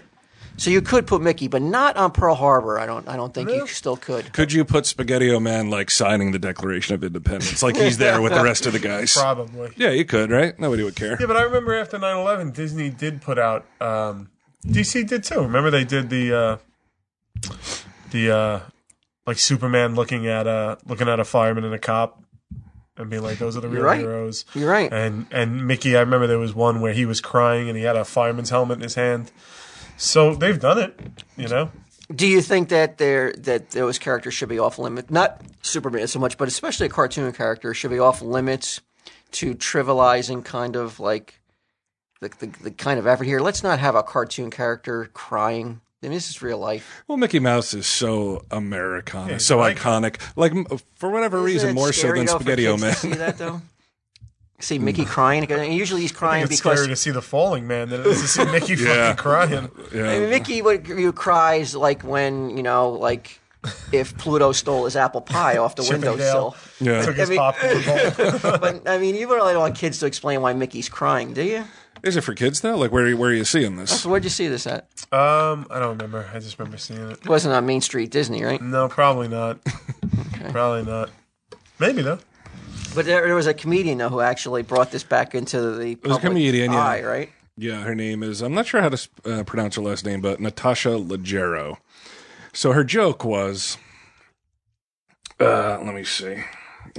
So you could put Mickey, but not on Pearl Harbor. I don't. I don't think you still could. could you put Spaghetti-O Man like signing the Declaration of Independence, like he's there with the rest of the guys? Probably. Yeah, you could, right? Nobody would care. Yeah, but I remember after 9-11, Disney did put out. Um, DC did too. Remember they did the uh, the uh, like Superman looking at a looking at a fireman and a cop and being like, "Those are the real right. heroes." You're right. And and Mickey, I remember there was one where he was crying and he had a fireman's helmet in his hand. So they've done it, you know. Do you think that there that those characters should be off limits? Not Superman so much, but especially a cartoon character should be off limits to trivializing kind of like the, the the kind of effort here. Let's not have a cartoon character crying. I mean, this is real life. Well, Mickey Mouse is so Americana, so like- iconic. Like m- for whatever Isn't reason, it more so scary than though for Spaghetti-O kids to Man. See that though. See Mickey crying. And usually he's I crying think it's because scary to see the falling man than it is to see Mickey Yeah. fucking crying. I mean, Mickey would you cries like when you know like if Pluto stole his apple pie off the windowsill. Yeah. Took his I mean- popcorn bowl. But I mean, you really don't want kids to explain why Mickey's crying, do you? Is it for kids though? Like where where are you seeing this? So where'd you see this at? Um, I don't remember. I just remember seeing it. It wasn't on Main Street Disney, right? No, probably not. Probably not. Maybe though. But there, there was a comedian though who actually brought this back into the was a public comedian, yeah. eye, right? Yeah, her name is I'm not sure how to sp- uh, pronounce her last name, but Natasha Leggero. So her joke was, uh, let me see.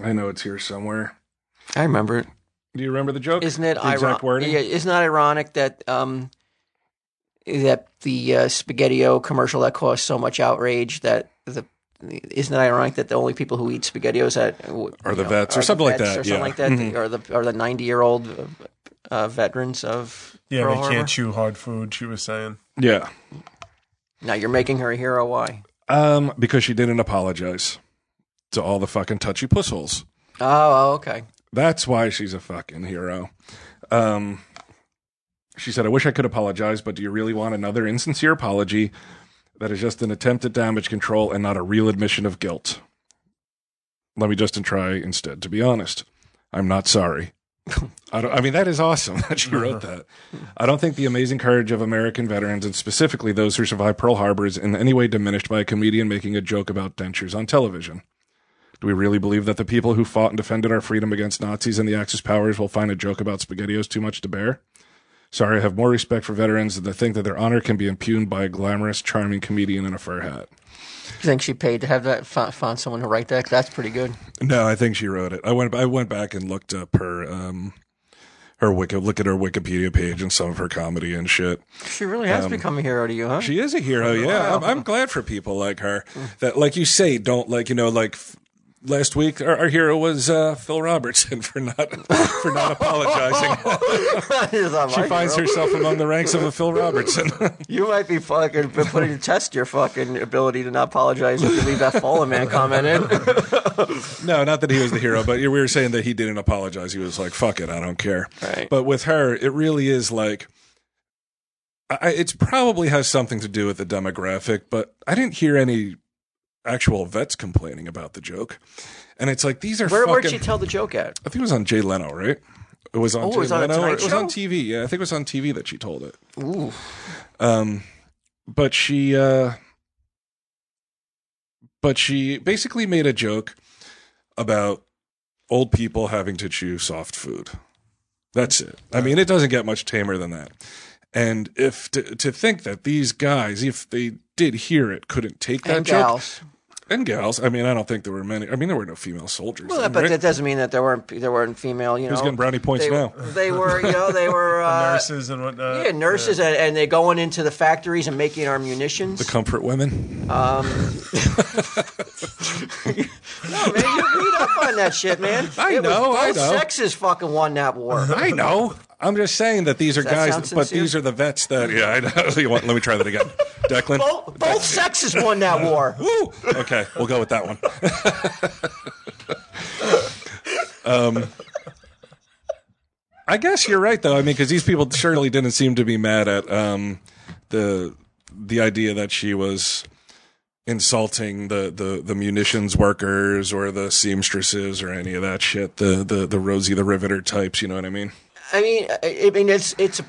I know it's here somewhere. I remember it. Do you remember the joke? Isn't it The exact ironic? wording? Yeah, isn't it ironic that um, that the uh, SpaghettiO commercial that caused so much outrage that the isn't it ironic that the only people who eat SpaghettiOs at Are the vets or something like that, or something yeah. Mm-hmm. like that are the are the ninety year old uh, veterans of Yeah, Pearl they Harbor? can't chew hard food. She was saying. Yeah. Now you're making her a hero. Why? Um, because she didn't apologize to all the fucking touchy pussholes. Oh, okay. That's why she's a fucking hero. Um, she said, I wish I could apologize, but do you really want another insincere apology that is just an attempt at damage control and not a real admission of guilt? Let me just try instead to be honest. I'm not sorry. I, don't, I mean, that is awesome that she wrote that. I don't think the amazing courage of American veterans, and specifically those who survived Pearl Harbor, is in any way diminished by a comedian making a joke about dentures on television. Do we really believe that the people who fought and defended our freedom against Nazis and the Axis powers will find a joke about SpaghettiOs too much to bear? Sorry, I have more respect for veterans than to think that their honor can be impugned by a glamorous, charming comedian in a fur hat. You think she paid to have that fi- find someone to write that? That's pretty good. No, I think she wrote it. I went, I went back and looked up her, um, her wiki, look at her Wikipedia page and some of her comedy and shit. She really has become a hero to you, huh? Um, She is a hero. Yeah, I'm, I'm glad for people like her that, like you say, don't like you know like f- last week our, our hero was uh, Phil Robertson for not for not apologizing. she finds herself among the ranks of a Phil Robertson. You might be fucking p- putting to test your fucking ability to not apologize if you leave that fallen man comment in. no, not that he was the hero, but we were saying that he didn't apologize. He was like, "Fuck it, I don't care." Right. But with her, it really is like. I, it's probably has something to do with the demographic, but I didn't hear any actual vets complaining about the joke. And it's like these are Where fucking. where'd she tell the joke at? I think it was on Jay Leno, right? It was on Oh, it Jay was on the Leno. or Tonight it was Show? on TV. Yeah, I think it was on TV that she told it. Ooh, Um, but she, uh, but she basically made a joke about old people having to chew soft food. That's it. I mean, it doesn't get much tamer than that. And if to, to think that these guys, if they did hear it, couldn't take that and joke gals. and gals. I mean, I don't think there were many. I mean, there were no female soldiers. Well, then, but right? that doesn't mean that there weren't there weren't female. You know, Who's getting brownie points they, now? They were, you know, they were uh, nurses and whatnot. yeah, nurses, and, and they going into the factories and making our munitions. The comfort women. Um, no, man, you read up on that shit, man. I It was know, I both know. Sexes fucking won that war. I know. I'm just saying that these are Does that guys, sound but sincere? these are the vets that. Yeah, I know. You want- let me try that again. Declan. Both, both sexes won that war. Woo! Okay, we'll go with that one. um, Um, I guess you're right, though. I mean, because these people surely didn't seem to be mad at um, the the idea that she was insulting the, the the munitions workers or the seamstresses or any of that shit. The the the Rosie the Riveter types. You know what I mean? I mean, I, I mean, it's it's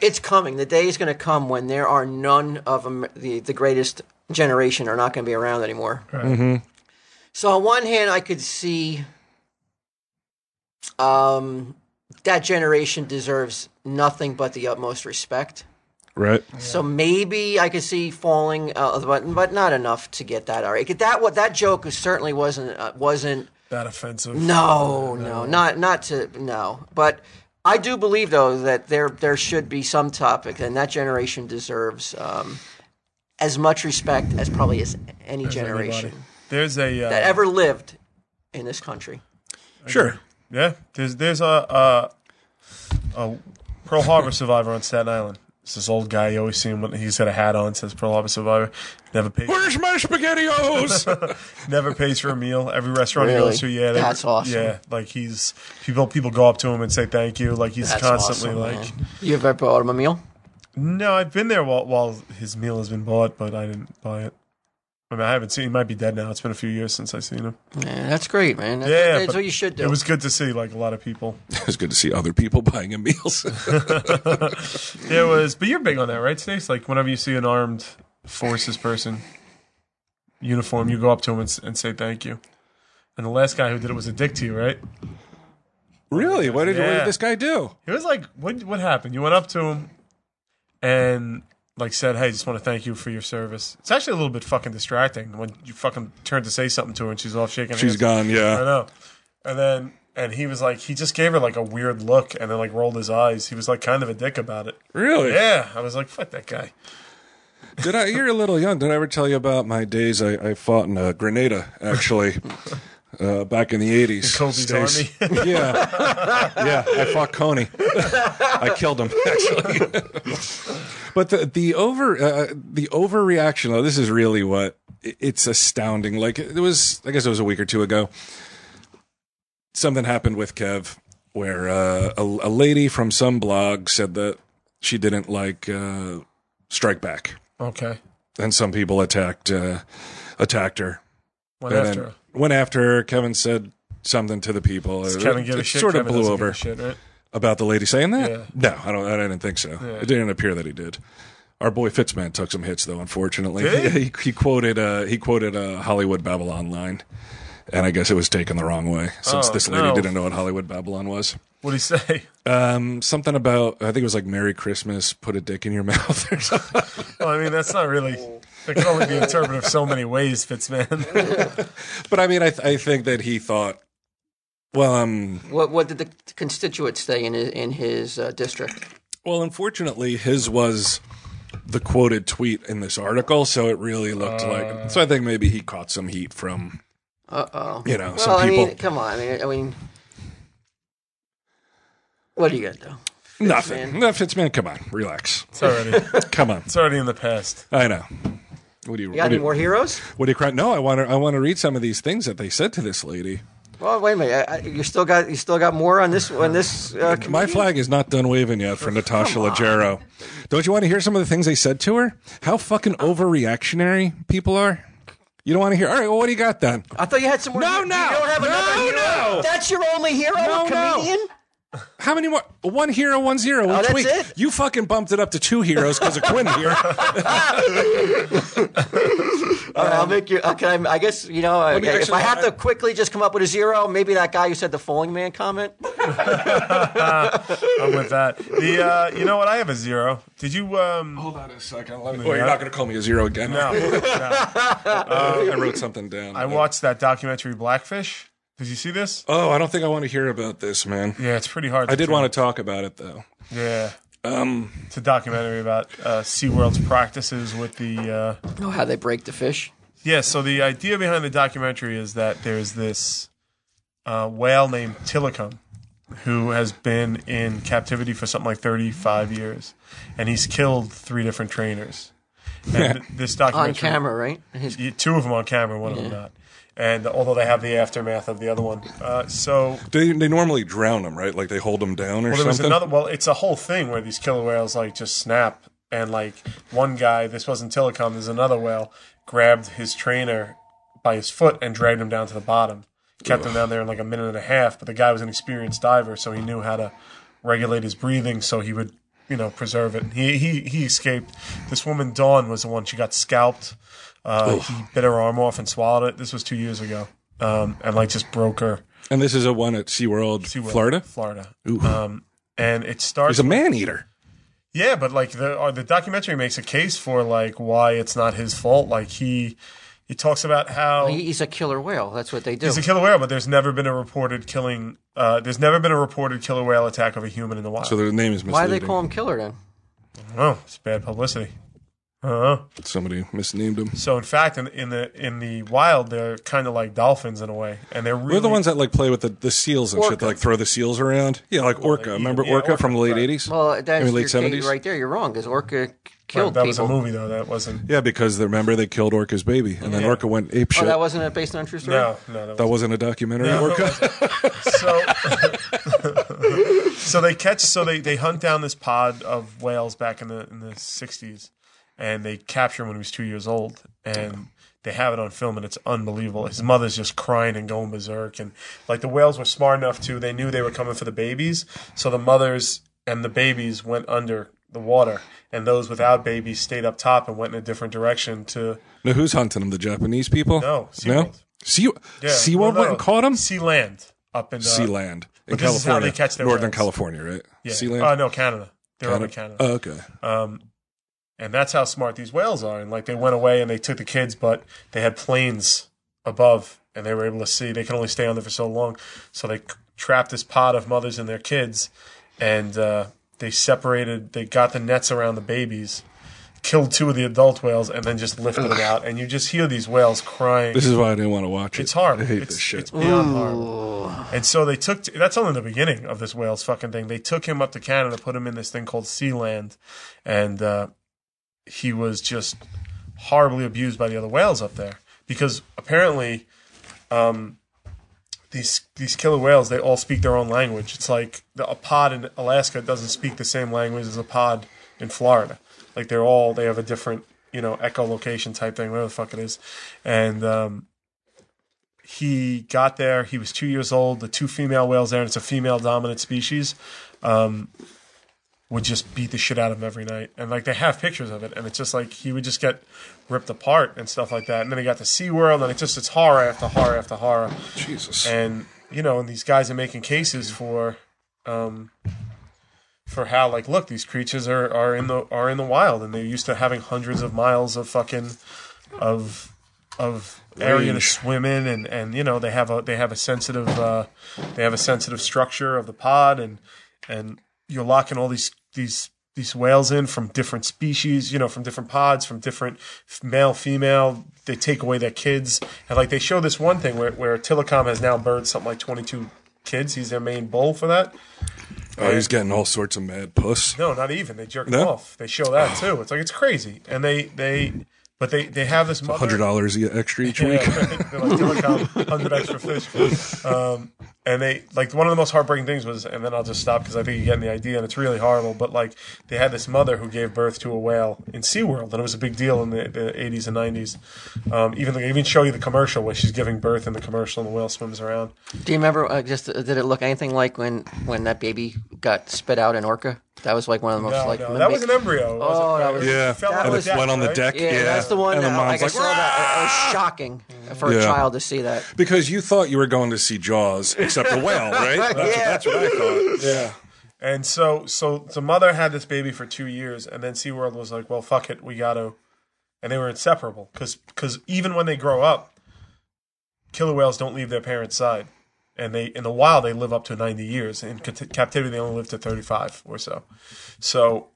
it's coming. The day is going to come when there are none of Am- the the greatest generation are not going to be around anymore. Mm-hmm. So on one hand, I could see, um, that generation deserves nothing but the utmost respect. Right. So maybe I could see falling out of the button, but not enough to get that. All right, that what that joke was- certainly wasn't uh, wasn't. That offensive. No, no, not not to no. But I do believe though that there there should be some topic, and that generation deserves um, as much respect as probably as any anybody. generation There's a uh, that ever lived in this country. Sure. yeah. There's there's a, a a Pearl Harbor survivor on Staten Island. It's this old guy. You always see him. when He's got a hat on. Says Pearl Harbor survivor. Never pays. Where's my spaghettios? Never pays for a meal. Every restaurant he Really? goes to, yeah, they- That's awesome. Yeah, like he's people. People go up to him and say thank you. Like he's That's constantly awesome, like, man. you ever bought him a meal? no, I've been there while while his meal has been bought, but I didn't buy it. I mean, I haven't seen. He might be dead now. It's been a few years since I've seen him. Man, that's great, man. That's, Yeah, that's but what you should do. It was good to see like a lot of people. it's good to see other people buying him meals. There was, but you're big on that, right, Stace? Like whenever you see an armed forces person uniform, you go up to him and, s- and say thank you. And the last guy who did it was a dick to you, right? really? What did, what Yeah. did this guy do? It was like, what what happened? You went up to him and like said, "Hey, just want to thank you for your service." It's actually a little bit fucking distracting when you fucking turn to say something to her and she's all shaking. She's hands. gone. I Yeah. know. And then and he was like, he just gave her like a weird look and then like rolled his eyes. He was like kind of a dick about it. Really? Yeah, I was like, fuck that guy. Did I? You're a little young. Did I ever tell you about my days? I, I fought in uh, Grenada, actually, uh, back in the eighties. Kobe's army. yeah, yeah. I fought Coney. I killed him actually. but the the over uh, the overreaction. though, this is really what it- it's astounding. Like it was, I guess it was a week or two ago. Something happened with Kev where uh, a, a lady from some blog said that she didn't like uh, Strike Back. Okay. and some people attacked uh, attacked her. Went And after then her. went after her. Kevin said something to the people. It, Kevin give a it shit. sort Kevin of blew doesn't give over a shit, right? about the lady saying that. Yeah. No, I don't. I didn't think so. It didn't appear that he did. Our boy Fitzman took some hits though. Unfortunately, Did he? he, he quoted uh, he quoted uh, Hollywood Babylon line, and I guess it was taken the wrong way since Oh, this lady no. didn't know what Hollywood Babylon was. What'd he say? Um, something about I think it was like Merry Christmas, put a dick in your mouth or something. Well, I mean, that's not really. That can only be interpreted so many ways, Fitzman. But I mean, I, th- I think that he thought, well, um, what what did the constituents say in his, in his uh, district? Well, unfortunately, his was the quoted tweet in this article, so it really looked like. So I think maybe he caught some heat from Uh oh. You know, Well, some I people- mean, come on. I mean, I mean, what are you gonna do? Nothing. No, Fitzman, come on, relax. It's already Come on. it's already in the past. I know. What do you? You what got any do you, more heroes? what do you cry? No, I want to. I want to read some of these things that they said to this lady. Well, wait a minute. I, I, you still got you still got more on this on this. Uh, My comedian? flag is not done waving yet Oh, for Natasha Leggero. Don't you want to hear some of the things they said to her? How fucking overreactionary people are. You don't want to hear. All right, well, what do you got then? I thought you had some more. No, you, no. You don't have No, another hero. no. That's your only hero, No, a no. comedian. How many more? One hero, one zero each Oh, that's week. it? You fucking bumped it up to two heroes because of Quinn here. All right, I'll make you. Okay, I'm- I guess you know. Uh, me okay, if actually- I have to quickly just come up with a zero, maybe that guy who said the falling man comment. I'm with that. The uh, you know what? I have a zero. Did you? Um, Hold on a second. Let me, oh, you're not going to call me a zero again. no, no. I wrote something down. I watched that documentary Blackfish. Did you see this? Oh, I don't think I want to hear about this, man. Yeah, it's pretty hard. I did want to talk about it though. to. Yeah, Um, it's a documentary about uh, SeaWorld's practices with the. Uh, know how they break the fish. Yeah, so the idea behind the documentary is that there's this uh, whale named Tilikum who has been in captivity for something like 35 years, and he's killed three different trainers. And this on documentary, camera, right? His- Yeah, two of them on camera, one of them not. And although they have the aftermath of the other one, uh, so they they normally drown them, right? Like they hold them down or well, there was something. another. Well, it's a whole thing where these killer whales like just snap, and like one guy, this wasn't Tillicum, there's another whale grabbed his trainer by his foot and dragged him down to the bottom. Kept him down there in like a minute and a half, but the guy was an experienced diver, so he knew how to regulate his breathing, so he would you know preserve it. He he he escaped. This woman Dawn was the one. She got scalped. Uh, he bit her arm off and swallowed it. This was two years ago, um, and like just broke her. and this is a one at SeaWorld, SeaWorld, Florida. Florida. Um, and it starts. He's a man eater. Yeah, but like the or the documentary makes a case for like why it's not his fault. Like he he talks about how He- He's a killer whale. That's what they do. he's a killer whale, but there's never been a reported killing. Uh, there's never been a reported killer whale attack of a human in the wild. So their name is misleading. Why do they call him killer then? oh, it's bad publicity. Uh-huh. Somebody misnamed him. So in fact, in, in the in the wild, they're kind of like dolphins in a way, and they're really They're the ones that like play with the, the seals and shit. Orca. They, like throw the seals around. Yeah, like Orca. Remember yeah, Orca, Orca, from the late right. eighties? Well, that's late your thing 70s? right there. You're wrong because Orca Well, killed that was a people. movie though. That wasn't. yeah, because they, remember they killed Orca's baby, and then Orca went ape shit. Oh, that that, wasn't a based on a true story. No, no, that was wasn't a documentary. Orca. so so they catch so they, they hunt down this pod of whales back in the in the sixties and they capture him when he was two years old and they have it on film and it's unbelievable. His mother's just crying and going berserk and like the whales were smart enough to they knew they were coming for the babies, so the mothers and the babies went under the water and those without babies stayed up top and went in a different direction to now who's hunting them? The Japanese people? No, no. SeaWorld. Sea SeaWorld well, no, went and caught him. Sea land up in uh, Sealand in this is how California, they catch their Northern whales. California, right? Yeah. Sealand. Uh, no, Canada. They're over in Canada. Oh, okay. Um, and that's how smart these whales are. And like they went away and they took the kids, but they had planes above and they were able to see. They could only stay on there for so long. So they c- trapped this pod of mothers and their kids and uh, they separated, they got the nets around the babies, killed two of the adult whales, and then just lifted them out. And you just hear these whales crying. This is why I didn't want to watch it. It's hard. I hate it's, this shit. It's beyond hard. And so they took. that's only the beginning of this whales fucking thing. They took him up to Canada, put him in this thing called Sealand, and uh, he was just horribly abused by the other whales up there because apparently um, these these killer whales they all speak their own language. It's like the, a pod in Alaska doesn't speak the same language as a pod in Florida. Like they're all they have a different you know echolocation type thing, whatever the fuck it is. And um, he got there. He was two years old. The two female whales there, and it's a female dominant species. Um, would just beat the shit out of him every night, and like they have pictures of it, and it's just like he would just get ripped apart and stuff like that. And then he got to SeaWorld, and it just it's horror after horror after horror Jesus. and you know, and these guys are making cases for, um, for how like look these creatures are are in the are in the wild and they're used to having hundreds of miles of fucking, of, of area to Range. swim in and and you know they have a they have a sensitive uh, they have a sensitive structure of the pod and and you're locking all these these these whales in from different species, you know, from different pods, from different f- male, female. They take away their kids. And like they show this one thing where, where Tillicom has now birthed something like 22 kids. He's their main bull for that. Oh, he's getting all sorts of mad puss. No, not even. They jerk No? off. They show that too. It's like, it's crazy. And they, they, but they, they have this mother. Hundred dollars e-, extra each week. Yeah, right. They're like Telecom, hundred extra fish. Um, and they like one of the most heartbreaking things was, and then I'll just stop because I think you're getting the idea, and it's really horrible. But like they had this mother who gave birth to a whale in SeaWorld, and it was a big deal in the, the 80s and 90s. Um, even they even show you the commercial where she's giving birth in the commercial, and the whale swims around. Do you remember? Uh, just uh, did it look anything like when when that baby got spit out in Orca? That was like one of the most No, like no, limbi- that was an embryo. wasn't Oh, it? that was- Yeah, Fell that on and was- it went on the right? deck. yeah, that's the one. and the that, mom's like, I like, saw that. It was shocking for Yeah. a child to see that. Because you thought you were going to see Jaws, except a whale, right? That's, Yeah. that's what I thought. Yeah. And so, so the mother had this baby for two years, and then SeaWorld was like, "Well, fuck it, we gotta," and they were inseparable because even when they grow up, killer whales don't leave their parents' side, and they in the wild they live up to ninety years. In cat- captivity, they only live to thirty-five or so. So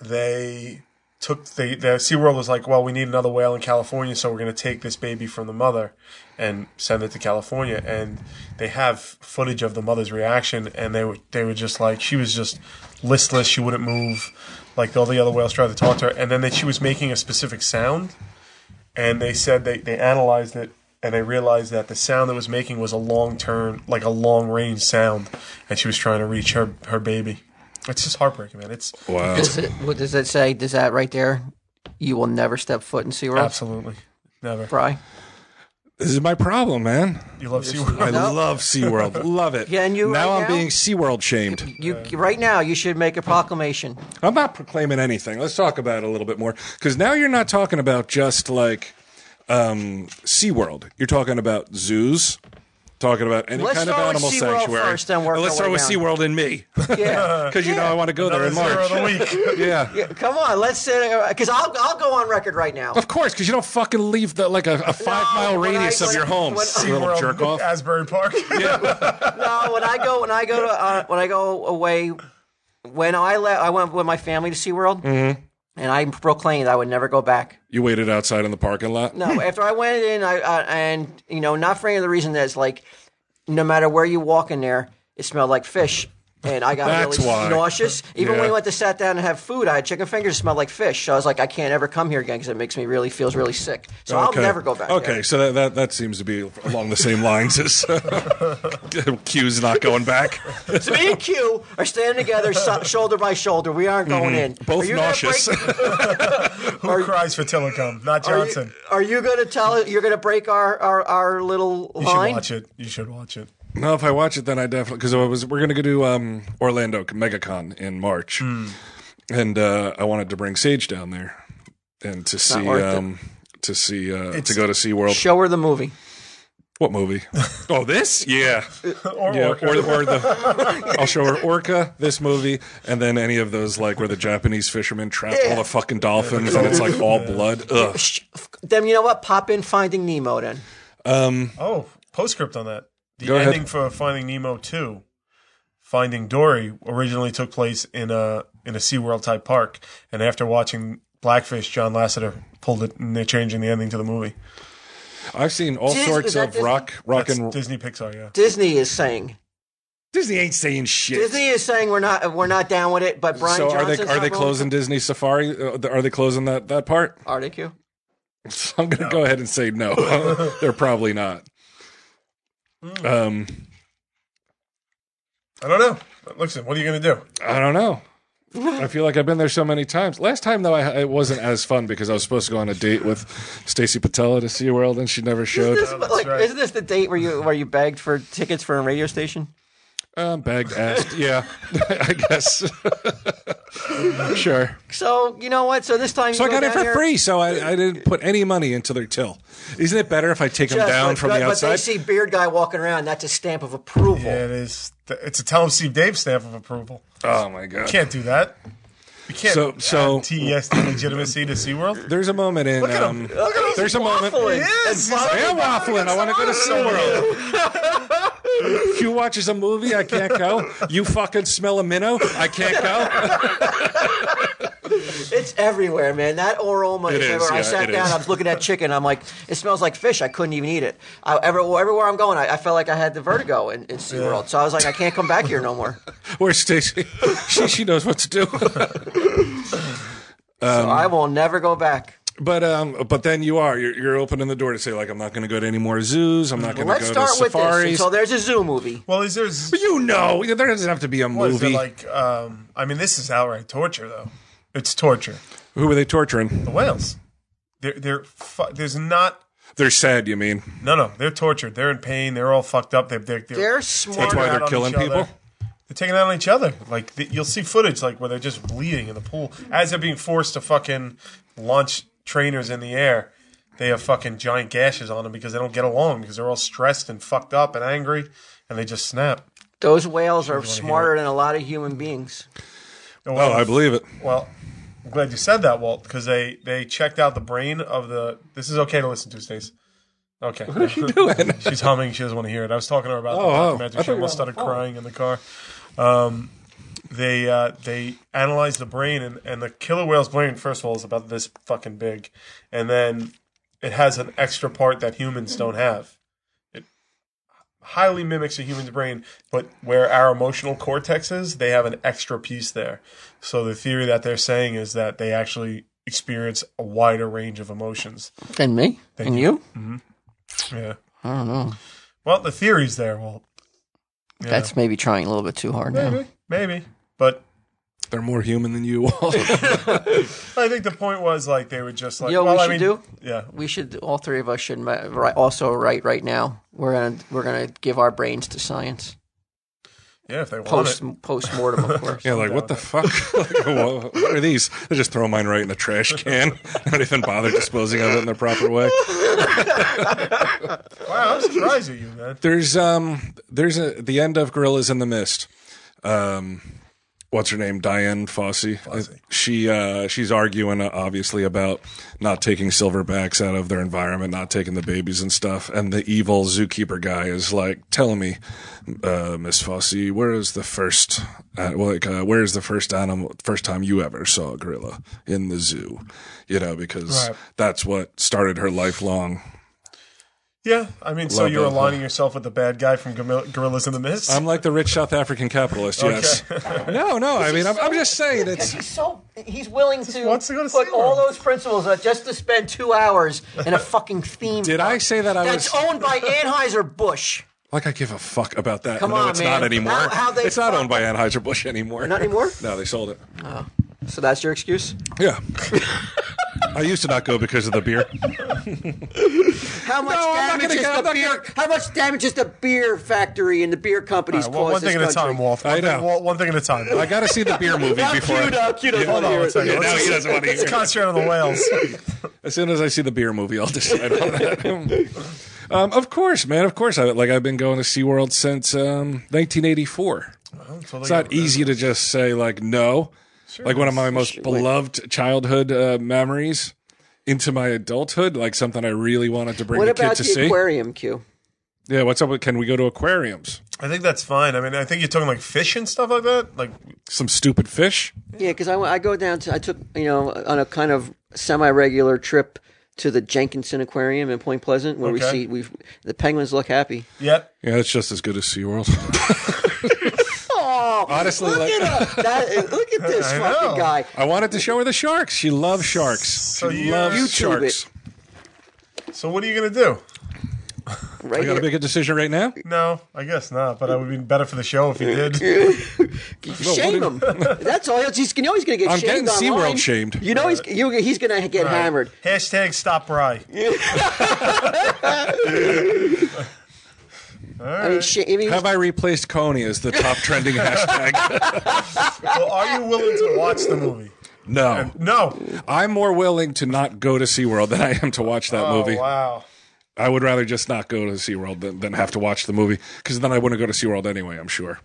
they took they the SeaWorld was like, well, we need another whale in California, so we're going to take this baby from the mother and send it to California. And they have footage of the mother's reaction, and they were they were just like she was just listless, she wouldn't move. Like all the other whales tried to talk to her, and then that she was making a specific sound, and they said they they analyzed it. And they realized that the sound that was making was a long turn, like a long range sound, and she was trying to reach her her baby. It's just heartbreaking, man. It's Wow. Does it, what does it say? Does that right there? You will never step foot in SeaWorld, absolutely never. Fry. This is my problem, man. You love SeaWorld. I No. love SeaWorld. Love it. Yeah, and you now right I'm now? being SeaWorld shamed. You right now you should make a proclamation. I'm not proclaiming anything. Let's talk about it a little bit more. Because now you're not talking about just like um, SeaWorld. You're talking about zoos, talking about any Let's kind of start with animal SeaWorld sanctuary. first, then work Let's our start way with down. SeaWorld and me. Yeah. Because you know I want to go there in Zero March. of the week. Yeah. Yeah, Come on, let's say because I'll I'll go on record right now. Of course, because you don't fucking leave the, like a, a five mile when I- radius of when- your home. when- little SeaWorld, jerk off. Asbury Park. no, Uh, when I go when I go to uh, when I go away, when I le- I went with my family to SeaWorld, Mm-hmm. and I proclaimed I would never go back. You waited outside in the parking lot. No, after I went in, I, I and you know not for any other reason that it's like, no matter where you walk in there, it smelled like fish. And I got That's really why. nauseous. Even when Yeah. we went to sat down and have food, I had chicken fingers that smelled like fish. So I was like, I can't ever come here again because it makes me really feels really sick. So I'll never go back. Okay, there. so that, that that seems to be along the same lines as uh, Q's not going back. So me and Q are standing together, so- shoulder by shoulder. We aren't going in. Mm-hmm. Both Are you gonna nauseous. break- Who cries for Tillicum? Not Are you- Johnson. Are you, going to tell? You're going to break our our, our little You, should line? watch it. You should watch it. no, if I watch it, then I definitely because I was we're gonna go do um, Orlando MegaCon in March, Hmm. and uh, I wanted to bring Sage down there and to see worth it. um, to see uh, to go to SeaWorld. Show her the movie. What movie? oh, this? Yeah. Or, Yeah, Orca. or, or the I'll show her Orca, this movie, and then any of those like where the Japanese fishermen trap Yeah. all the fucking dolphins and it's like all blood. Ugh. Sh- Then you know what? Pop in Finding Nemo. Then Um, oh, postscript on that. The Go ahead. ending for Finding Nemo 2, Finding Dory, originally took place in a in a SeaWorld type park. And after watching Blackfish, John Lasseter pulled it and they're changing the ending to the movie. I've seen all Dis- sorts is that of Disney? rock, rock That's and Disney Pixar, yeah. Disney is saying Disney ain't saying shit. Disney is saying we're not we're not down with it. But Brian so are Johnson's they are not they going- closing Disney Safari? Uh, Are they closing that that part? Are they Q? I'm gonna go ahead and say no. They're probably not. Hmm. Um, I don't know. But Listen, what are you going to do? I don't know. I feel like I've been there so many times. Last time though, I, it wasn't as fun because I was supposed to go on a date with Stacy Patella to SeaWorld, and she never showed. This, like, right. Isn't this the date where you where you begged for tickets for a radio station? Um, bagged asked. Yeah, I guess. sure. So you know what? So this time So you I go got it down for here- free. So I, I didn't put any money into their till. Isn't it better if I take them Just- down but, from but, the But outside? they see beard guy walking around. That's a stamp of approval. Yeah, it is. It's a Tell 'em Steve Dave stamp of approval. oh my god. Can't do that. You can't So- so- so, so, TES the legitimacy to SeaWorld. There's a moment in. um, there's a moment. Waffling. is. I am waffling. I want to go to SeaWorld. Q watches a movie, I can't go. You fucking smell a minnow, I can't go. It's everywhere, man. That aroma It is, is, everywhere. I yeah, sat it down, is. I was looking at chicken. I'm like, it smells like fish. I couldn't even eat it. I, ever, everywhere I'm going, I, I felt like I had the vertigo in, in SeaWorld. So I was like, I can't come back here no more. Where's Stacy? She she knows what to do. Um, so I will never go back. But um, but then you are you're, you're opening the door to say like I'm not going to go to any more zoos. I'm not going Let's to go start to with safaris. this. So there's a zoo movie. Well, is there z- But you know, there doesn't have to be a was there movie. like? Um, I mean, this is outright torture, though. It's torture. Who were they torturing? The whales. They're they're fu- there's not. They're sad. You mean? No, no, they're tortured. They're in pain. They're all fucked up. They're they're, they're They're That's smart. why out they're on killing each other. people. They're taking it out on each other. Like th- you'll see footage, like where they're just bleeding in the pool as they're being forced to fucking launch trainers in the air. They have fucking giant gashes on them because they don't get along because they're all stressed and fucked up and angry, and they just snap. Those whales are smarter than a lot of human beings. Oh, I believe it. Well, I'm glad you said that, Walt, because they they checked out the brain of the. This is okay to listen to, Stace. Okay. What is she doing? She's humming. She doesn't want to hear it. I was talking to her about Oh, oh. the I documentary. thought She you almost were on the started phone. crying in the car. Um, they uh, they analyzed the brain, and, and the killer whale's brain, first of all, is about this fucking big, and then it has an extra part that humans don't have. It highly mimics a human's brain, but where our emotional cortex is, they have an extra piece there. So the theory that they're saying is that they actually experience a wider range of emotions. And me? and you? Yeah. I don't know. Well, the theory's there, Walt. Yeah. That's maybe trying a little bit too hard now. maybe, maybe, but They're more human than you all. I think the point was like they were just like, Yo, well, we I should mean, do? yeah, We should. All three of us should ma- ri- also write right now. We're gonna we're gonna give our brains to science. yeah, if they want Post it. post mortem, of course. yeah, like what the fuck? Like, wha- what are these? They just throw mine right in a trash can. They don't even bother disposing of it in the proper way. Wow, I'm surprised at you, man. There's um there's a the end of Gorillas in the Mist. Um what's her name? Diane Fossey. She uh she's arguing uh, obviously about not taking silverbacks out of their environment, not taking the babies and stuff. And the evil zookeeper guy is like, "Tell me, uh, Miss Fossey, where is the first uh, well, like uh, where is the first animal first time you ever saw a gorilla in the zoo?" You know, because Right. that's what started her lifelong Yeah, I mean, so Love you're it. aligning yourself with the bad guy from Gorilla- Gorillas in the Mist. I'm like the rich South African capitalist. Yes. no, no. I mean, I'm, I'm just saying Because it's. he's so he's willing to, wants to go to put SeaWorld. all those principles up just to spend two hours in a fucking theme. Did I say that I That's was owned by Anheuser Busch. like I give a fuck about that? Come no, on, it's man. not anymore. How- how they it's not fuck- owned by Anheuser Busch anymore. Not anymore. No, they sold it. So that's your excuse. Yeah. I used to not go because of the beer. How much No, I'm damage not gonna is get- I'm the not beer? gonna- How much damage is the beer factory and the beer companies All right, caused well, one this thing at a country? time, Wolf. I One thing, know. Walt, one thing at a time. I got to see the beer movie Now, before. cue I, up, cue up, Yeah. I'll Hold on hear one it. second. Yeah, Let's now he doesn't want to hear. let's it. concentrate on the whales. As soon as I see the beer movie, I'll decide on that. um, of course, man. Of course, I like. I've been going to SeaWorld since um, 1984. It's not easy to just say like no. like one of my most beloved childhood uh, memories into my adulthood, like something I really wanted to bring What a kid about to the see. aquarium queue? yeah, what's up with can we go to aquariums? I think that's fine. I mean, I think you're talking like fish and stuff like that. Like, Some stupid fish. Yeah, because I, went- I go down to I took you know on a kind of semi regular trip to the Jenkinson Aquarium in Point Pleasant where Okay. we see we the penguins look happy. yeah, Yeah, it's just as good as SeaWorld. Oh, Honestly, look like- at, her. That- uh, look at this I fucking know. guy. I wanted to show her the sharks. She loves sharks. she you- loves YouTube sharks. it. So what are you gonna do? Right I gotta here. make a decision right now. No, I guess not. But I would be better for the show if you did. Shame him. That's all. He's, you know he's going to get I'm shamed getting online. SeaWorld shamed. You know he's you, he's going to get hammered. Hashtag stop Rye. I mean, sh- I mean, Have I replaced Coney as the top trending hashtag? Well, are you willing to watch the movie? No. No. I'm more willing to not go to SeaWorld than I am to watch that Oh movie. wow. I would rather just not go to SeaWorld than, than have to watch the movie because then I wouldn't go to SeaWorld anyway, I'm sure.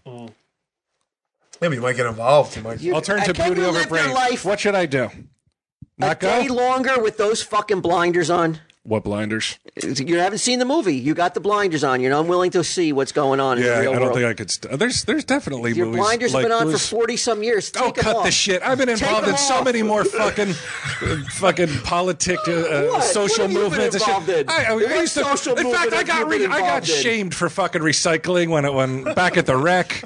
Maybe you might get involved. You might. You- I'll turn I to can't beauty you over live your brain. life What should I do? a Not day go? longer with those fucking blinders on. What blinders? You haven't seen the movie. You got the blinders on. You're unwilling to see what's going on in the Yeah, I real don't world. think I could. St- there's there's definitely Your movies blinders like have been on those- for forty some years. Take Oh, 'em cut off. the shit! I've been involved them in so off. many more fucking, uh, fucking politic, uh, uh, What? social What have you been movements and involved shit. in? I, I What used to, social in fact, movement I have got you been I got involved in? shamed for fucking recycling when it when back at the wreck.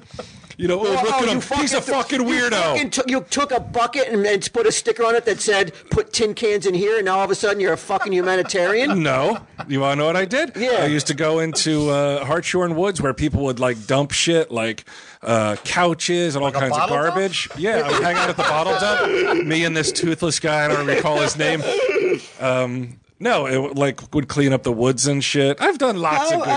You know, oh, Oh, look at you him. He's a fucking you weirdo. fucking took- you took a bucket and, and put a sticker on it that said "Put tin cans in here," and now all of a sudden you're a fucking humanitarian. No, you want to know what I did? Yeah. I used to go into uh, Hartshorn Woods where people would like dump shit, like uh, couches and all kinds of bottle dump? garbage. Yeah, I would hang out at the bottle dump. Me and this toothless guy, I don't recall his name. Um, no, it like would clean up the woods and shit. I've done lots How, of good. uh,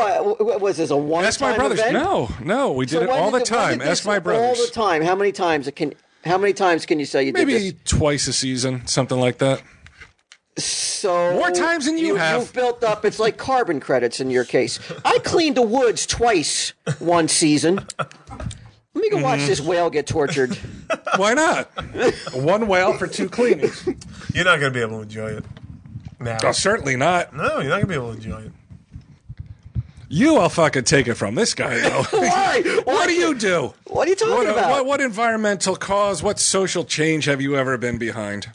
uh, what, what was this? A one? Ask my brothers. Event? No, no, we did So it when all the did when time. did Ask this- my brothers. All the time. How many times it can? How many times can you say you did Maybe this? twice a season, something like that. So More times than you have. You've built up. It's like carbon credits in your case. I cleaned the woods twice one season. Let me go Mm-hmm. watch this whale get tortured. Why not? One whale for two cleanings. You're not gonna be able to enjoy it. Now. Oh, certainly not. No, you're not gonna be able to enjoy it. You, I'll fucking take it from this guy though. Why? What do you do? What are you talking What, uh, about? what, what environmental cause, what social change have you ever been behind?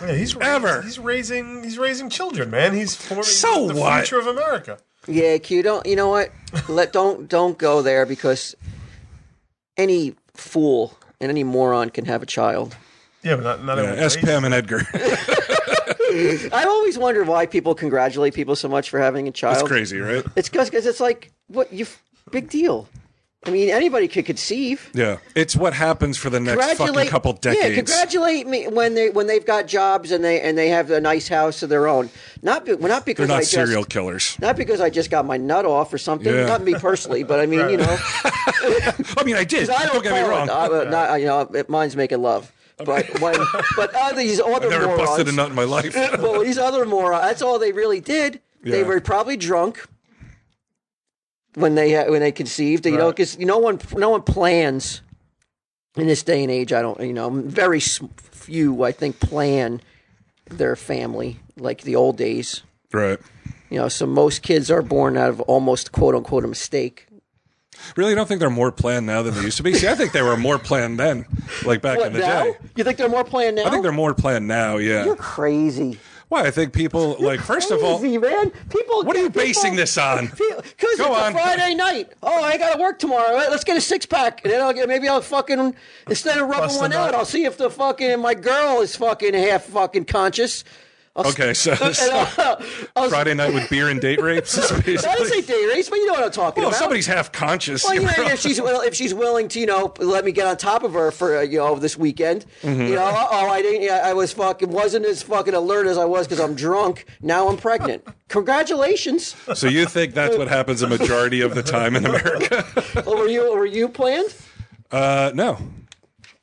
Yeah, he's ra- Ever. He's raising. He's raising children, man. He's forming So the what? future of America. Yeah, Q. Don't you know what? Let don't don't go there because any fool and any moron can have a child. Yeah, but not not Uh, everyone ask raises- Pam and Edgar. I've always wondered why people congratulate people so much for having a child. That's crazy, right? It's because it's like what you big deal. I mean, anybody could conceive. Yeah. It's what happens for the next fucking Congratulate couple Yeah, decades. congratulate me when they when they've got jobs and they and they have a nice house of their own. Not be, well, not They're because I not just serial killers. not because I just got my nut off or something. Yeah. Not me personally, but I mean, you know. I mean, I did. I don't, get me call wrong. It, uh, uh, not, uh, you know, it, mine's making love. But when, but uh, these other I've never morons, busted a nut in my life. but these other morons, that's all they really did. They Yeah. were probably drunk when they uh, when they conceived. You know, because no one no one plans in this day and age. I don't, you know, very s- few I think plan their family like the old days. right. You know, so most kids are born out of almost quote unquote a mistake. Really, I don't think they're more planned now than they used to be. See, I think they were more planned then, like back in What the now? day. You think they're more planned now? I think they're more planned now, yeah. You're crazy. Why? I think people, like, first of all, Crazy, man. People. what are you basing this on? Because it's Go a on. Friday night. Oh, I gotta work tomorrow. Right, Let's get a six pack, and then I'll get maybe I'll fucking instead of rubbing Bust one them out, out. I'll see if the fucking my girl is fucking half fucking conscious. I'll s- Okay, so, and so I'll- I'll- Friday night with beer and date rapes is I didn't say basically. day race, but you know what I'm talking Well, if about. somebody's half conscious. Well, you know, you're if she's well, if she's willing to, you know, let me get on top of her for uh, you know this weekend. Mm-hmm. You know, oh, I didn't, yeah, I was fucking wasn't as fucking alert as I was because I'm drunk. Now I'm pregnant. Congratulations. So you think that's what happens a majority of the time in America? Oh, were you were you planned? Uh, no.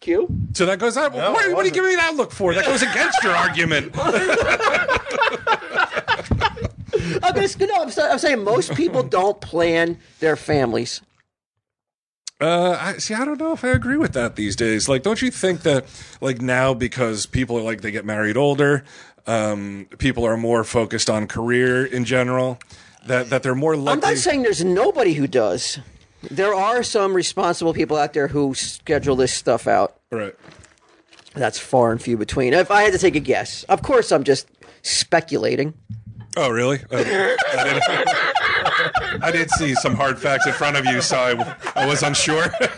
Q. So that goes out. Why- No, it what are you wasn't. giving me that look for? That goes against your argument. I'm just no. I'm, sa- I'm saying most people don't plan their families. Uh, I, see, I don't know if I agree with that these days. Like, don't you think that, like, now because people are like, they get married older, um, people are more focused on career in general, that, that they're more I'm likely. not saying there's nobody who does. There are some responsible people out there who schedule this stuff out. right. That's far and few between. If I had to take a guess, of course I'm just speculating. Oh, really? Oh, I, did, I did see some hard facts in front of you, so I, I was unsure. But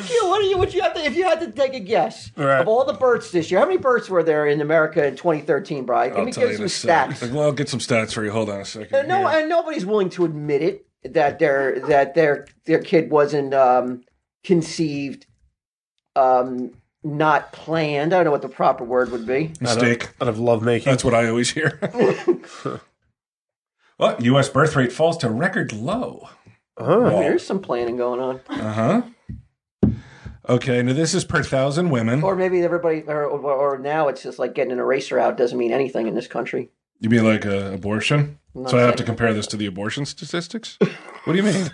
Q, what do you? Would you have to? If you had to take a guess Right. of all the births this year, how many births were there in America in 2013, Brian? Can I'll we tell give you some this. stats? well, I'll get some stats for you. Hold on a second. And no, here. and nobody's willing to admit it that their that their their kid wasn't um, conceived, um, not planned. I don't know what the proper word would be. mistake. Out of love making. That's what I always hear. well, U.S. birth rate falls to record low. There's some planning going on, Uh huh. Okay, now this is per thousand women. or maybe everybody, or, or, or now it's just like getting an eraser out doesn't mean anything in this country. You mean like uh, abortion? Not So I have to saying- compare this to the abortion statistics? What do you mean?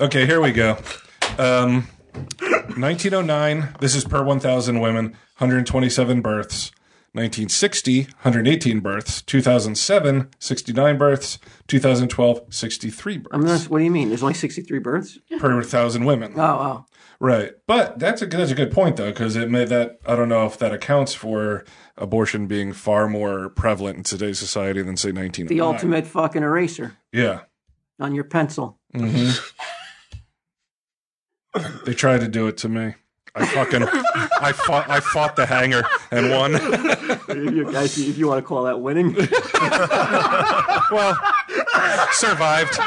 Okay, here we go. Um, 1909, this is per 1,000 women, 127 births. 1960, 118 births. 2007, 69 births. 2012, 63 I'm births not, what do you mean? There's only 63 births? Oh, per thousand women. wow. Right, but that's a that's a good point though, because it may that I don't know if that accounts for abortion being far more prevalent in today's society than say 1909. The ultimate fucking eraser Yeah, on your pencil. they tried to do it to me. I fucking I fought I fought the hanger and won. if, you, guys, if you want to call that winning. well, survived.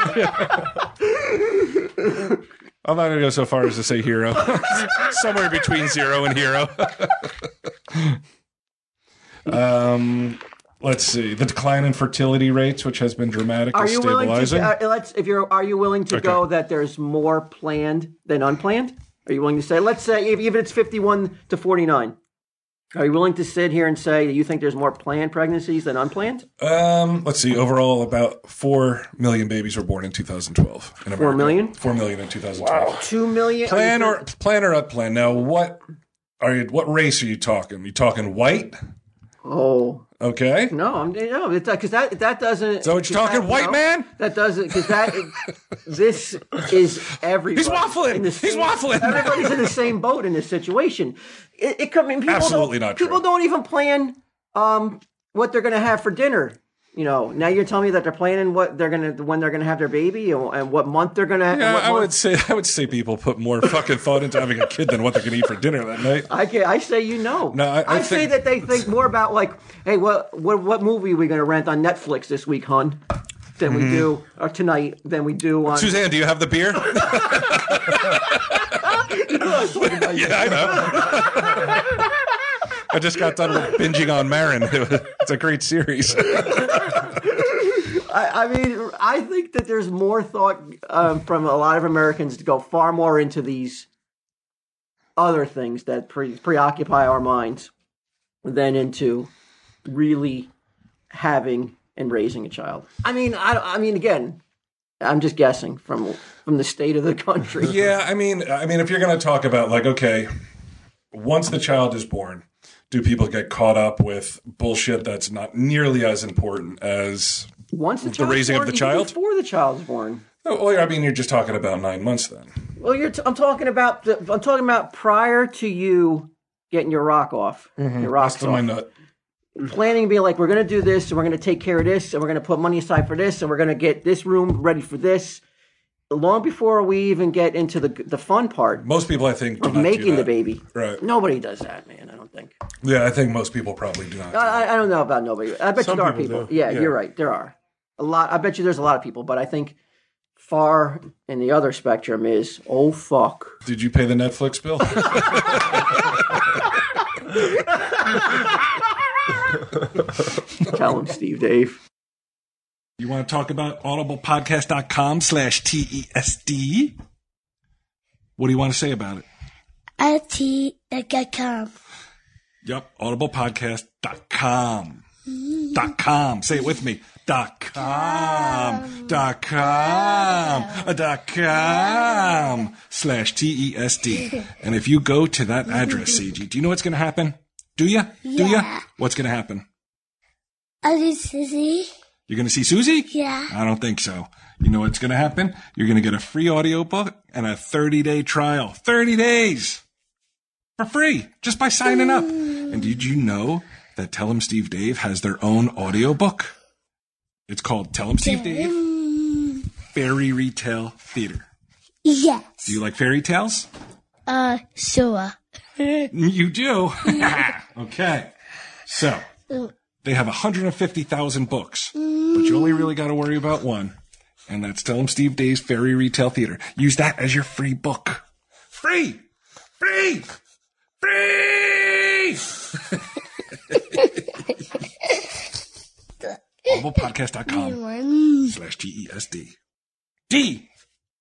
I'm not gonna go so far as to say hero. Somewhere between zero and hero. um, let's see the decline in fertility rates, which has been dramatic Are and you willing stabilizing. to, uh, let's, if you're, are you willing to go that there's more planned than unplanned? Are you willing to say, let's say, if, even it's 51 to 49, are you willing to sit here and say that you think there's more planned pregnancies than unplanned? um, let's see. Overall, about four million babies were born in 2012. In America. million? Four million in 2012. Two million? Plan or plan or up plan. Now, what are you? What race are you talking? You talking white? Oh. Okay. No, I'm no, because that that doesn't. So what you talking, that- white no, man? That doesn't because that this is everybody. He's waffling. in the He's same- waffling. Everybody's in the same boat in this situation. It, it could I mean people Absolutely don't, not true. People don't even plan um what they're gonna have for dinner. You know, now you're telling me that they're planning what they're gonna when they're gonna have their baby and, and what month they're gonna. and Yeah, what I month- would say I would say people put more fucking thought into having a kid than what they're gonna eat for dinner that night. I can, I say you know. No, I- I say think- that they think more about like, hey, what what what movie are we going to rent on Netflix this week, hun? Than we Mm-hmm. do or tonight than we do on. Suzanne, do you have the beer? yeah, I know. I just got done with binging on Marin. It's a great series. I, I mean, I think that there's more thought um, from a lot of Americans to go far more into these other things that pre- preoccupy our minds than into really having and raising a child. I mean, I, I mean, again, I'm just guessing from from the state of the country. Yeah, I mean, I mean, if you're going to talk about like, okay, once the child is born, do people get caught up with bullshit that's not nearly as important as? Once the, child's raising of born, the even child? before the child's born. Oh, well, I mean, you're just talking about nine months then. Well, you're t- I'm talking about the, I'm talking about prior to you getting your rock off, Mm-hmm. your rocks So my off. nut. Planning and be like, we're gonna do this, and we're gonna take care of this, and we're gonna put money aside for this, and we're gonna get this room ready for this. Long before we even get into the the fun part Most people, I think, do of not do making the that. baby, Right. nobody does that, man. I don't think. Yeah, I think most people probably do not. do I, I- I don't know about nobody. I bet Some you there people are people. do. Yeah, you're right. There are a lot. I bet you there's a lot of people, but I think far in the other spectrum is oh fuck. Did you pay the Netflix bill? Tell him, Steve, Dave. you want to talk about audiblepodcast.com slash TESD? What do you want to say about it? at com. Yep, audiblepodcast.com. Dot com. Say it with me. Dot com. Dot com. Dot com. Slash T E S D. And if you go to that address, CG, do you know what's going to happen? Do you? Do you? Yeah. What's going to happen? Are you Susie? You're going to see Susie? Yeah. I don't think so. You know what's going to happen? You're going to get a free audiobook and a 30 day trial. 30 days for free just by signing up. And did you know that Tell 'em Steve Dave has their own audiobook? It's called Tell 'em Steve Dave Mm, Fairy Retail Theater. yes. Do you like fairy tales? Uh, sure. You do. okay. So they have 150,000 books, but you only really got to worry about one, and that's Tell 'em Steve Dave's Fairy Retail Theater. Use that as your free book. Free! Free! Free! Audiblepodcast.com Mm, slash T-E-S-D. D!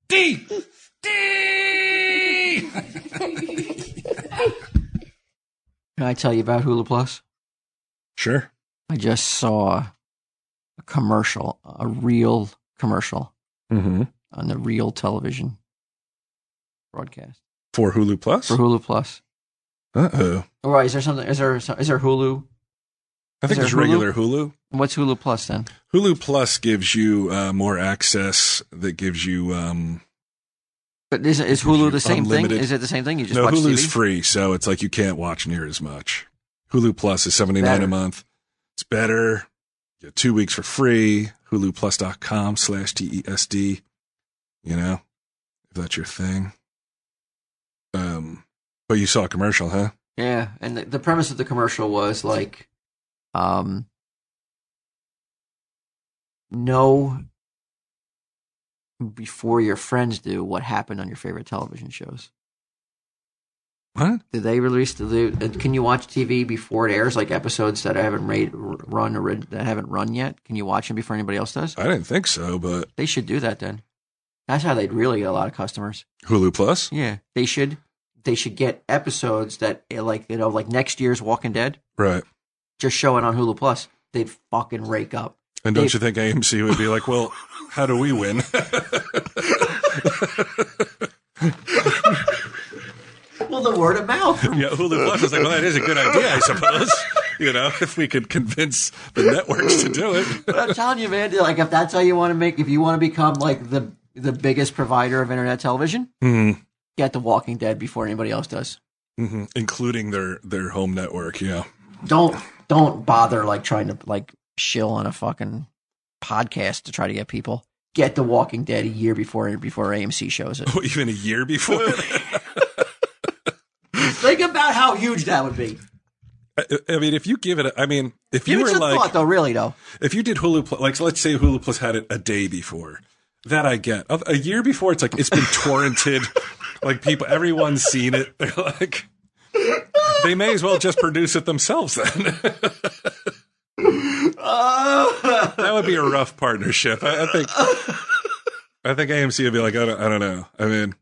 D! D! Can I tell you about Hula Plus? Sure. I just saw a commercial, a real commercial Mm-hmm. on the real television broadcast For Hulu Plus? for Hulu Plus. Uh-oh. All right, is there something? Is there is there Hulu I think Is there's there Hulu? regular Hulu. What's Hulu Plus then? Hulu Plus gives you uh, more access. That gives you um, But is, is Hulu the same thing? Unlimited. Is it the same thing? You just no watch Hulu's TV. free, so it's like you can't watch near as much. Hulu Plus is seventy nine Better. a month. It's better. You get two weeks for free. HuluPlus.com slash TESD. You know, if that's your thing. Um, but you saw a commercial, huh? Yeah, and the, the premise of the commercial was like, um, know before your friends do what happened on your favorite television shows. What? Did they release the? the- uh, Can you watch TV before it airs? Like episodes that I haven't made run or read- that haven't run yet. Can you watch them before anybody else does? I didn't think so, but They should do that then. That's how they'd really get a lot of customers. Hulu Plus. Yeah, they should. They should get episodes that, eh, like you know, like next year's Walking Dead, Right. just show it on Hulu Plus. They'd fucking rake up. And don't Dave- you think AMC would be like, well, how do we win? Well, the word of mouth. yeah, Hulu Plus is like, well, that is a good idea, I suppose. You know, if we could convince the networks to do it. I'm telling you, man. Like, if that's how you want to make, if you want to become like the the biggest provider of internet television, get The Walking Dead before anybody else does. Mhm. Including their, their home network, yeah. Don't don't bother like trying to like shill on a fucking podcast to try to get people. Get The Walking Dead a year before before AMC shows it. Even a year before. Think about how huge that would be. I, I mean, if you give it, a, I mean, if you Give it were some like, thought, though. Really, though. if you did Hulu Plus, like let's say Hulu Plus had it a day before, that I get. A a year before, it's like it's been torrented, like people, everyone's seen it. They're like, they may as well just produce it themselves. Then that would be a rough partnership. I, I think. I think AMC would be like, I don't, I don't know. I mean,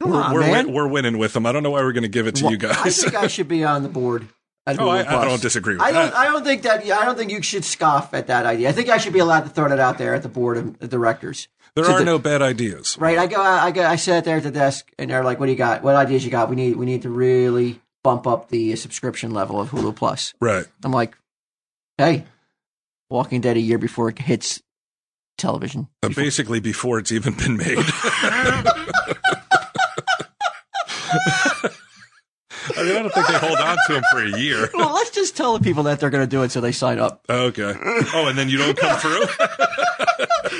Come we're on, we're, man. win, we're winning with them. I don't know why we're going to give it to you Well, I guys. think I should be on the board. at Oh, I- Hulu I Plus. don't disagree with I don't. that. I don't think that. I don't think you should scoff at that idea. I think I should be allowed to throw that out there at the board of directors. there So are the- no bad ideas. Right? I go. I go. I sit there at the desk, and they're like, "What do you got? What ideas you got? We need. We need to really bump up the subscription level of Hulu Plus." Right. I'm like, "Hey, Walking Dead a year before it hits television." Uh, basically, before it's even been made. I mean, I don't think they hold on to them for a year. Well, let's just tell the people that they're going to do it, so they sign up. Okay. Oh, and then you don't come through.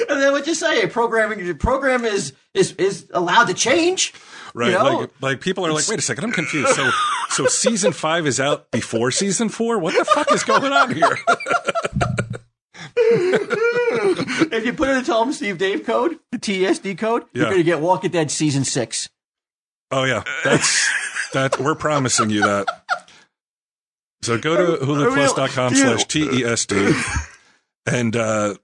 And then what you say? Programming. The program is is is allowed to change. Right. You know? like, like people are like, wait a second, I'm confused. So, so season five is out before season four. What the fuck is going on here? If you put in the Tom Steve Dave code, the TSD code, you're Yeah. going to get Walking Dead season six. Oh yeah, that's that. We're promising you that. So go to huluplus.com slash tesd, and uh,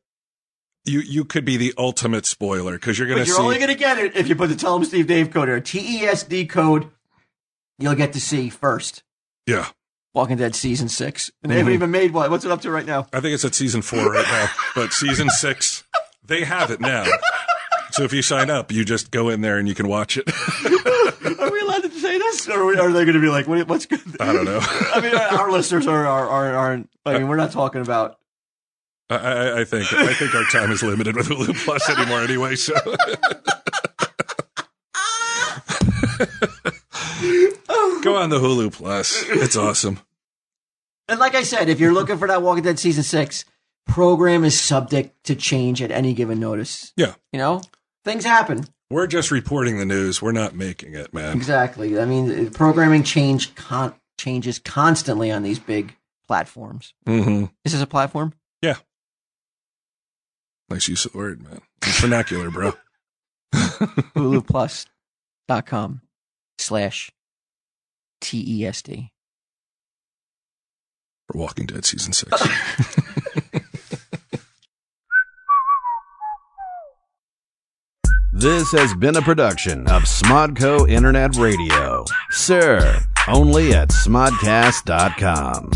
you you could be the ultimate spoiler because you're gonna But you're see. only going to get it if you put the Tom Steve Dave code or TESD code. You'll get to see first yeah, Walking Dead season six, Mm-hmm. and they haven't even made one. What's it up to right now? I think it's at season four right now, but season six they have it now. So if you sign up, you just go in there and you can watch it. Are we allowed to say this? Uh, Or are, we- are they going to be like, what, what's good? I don't know. I mean, our, our listeners are are are. are I mean, we're not talking about. I, I, I think I think our time is limited with Hulu Plus anymore anyway. So go on the Hulu Plus. It's awesome. And like I said, if you're looking for that Walking Dead season six, program is subject to change at any given notice. Yeah, You know, things happen. we're just reporting the news. We're not making it, man. Exactly. I mean, the programming change con- changes constantly on these big platforms. Mm-hmm. Is this a platform? Nice use of the word, man. It's vernacular, bro. HuluPlus.com slash E TESD. For Walking Dead season six. This has been a production of Smodco Internet Radio. Sir, only at smodcast.com.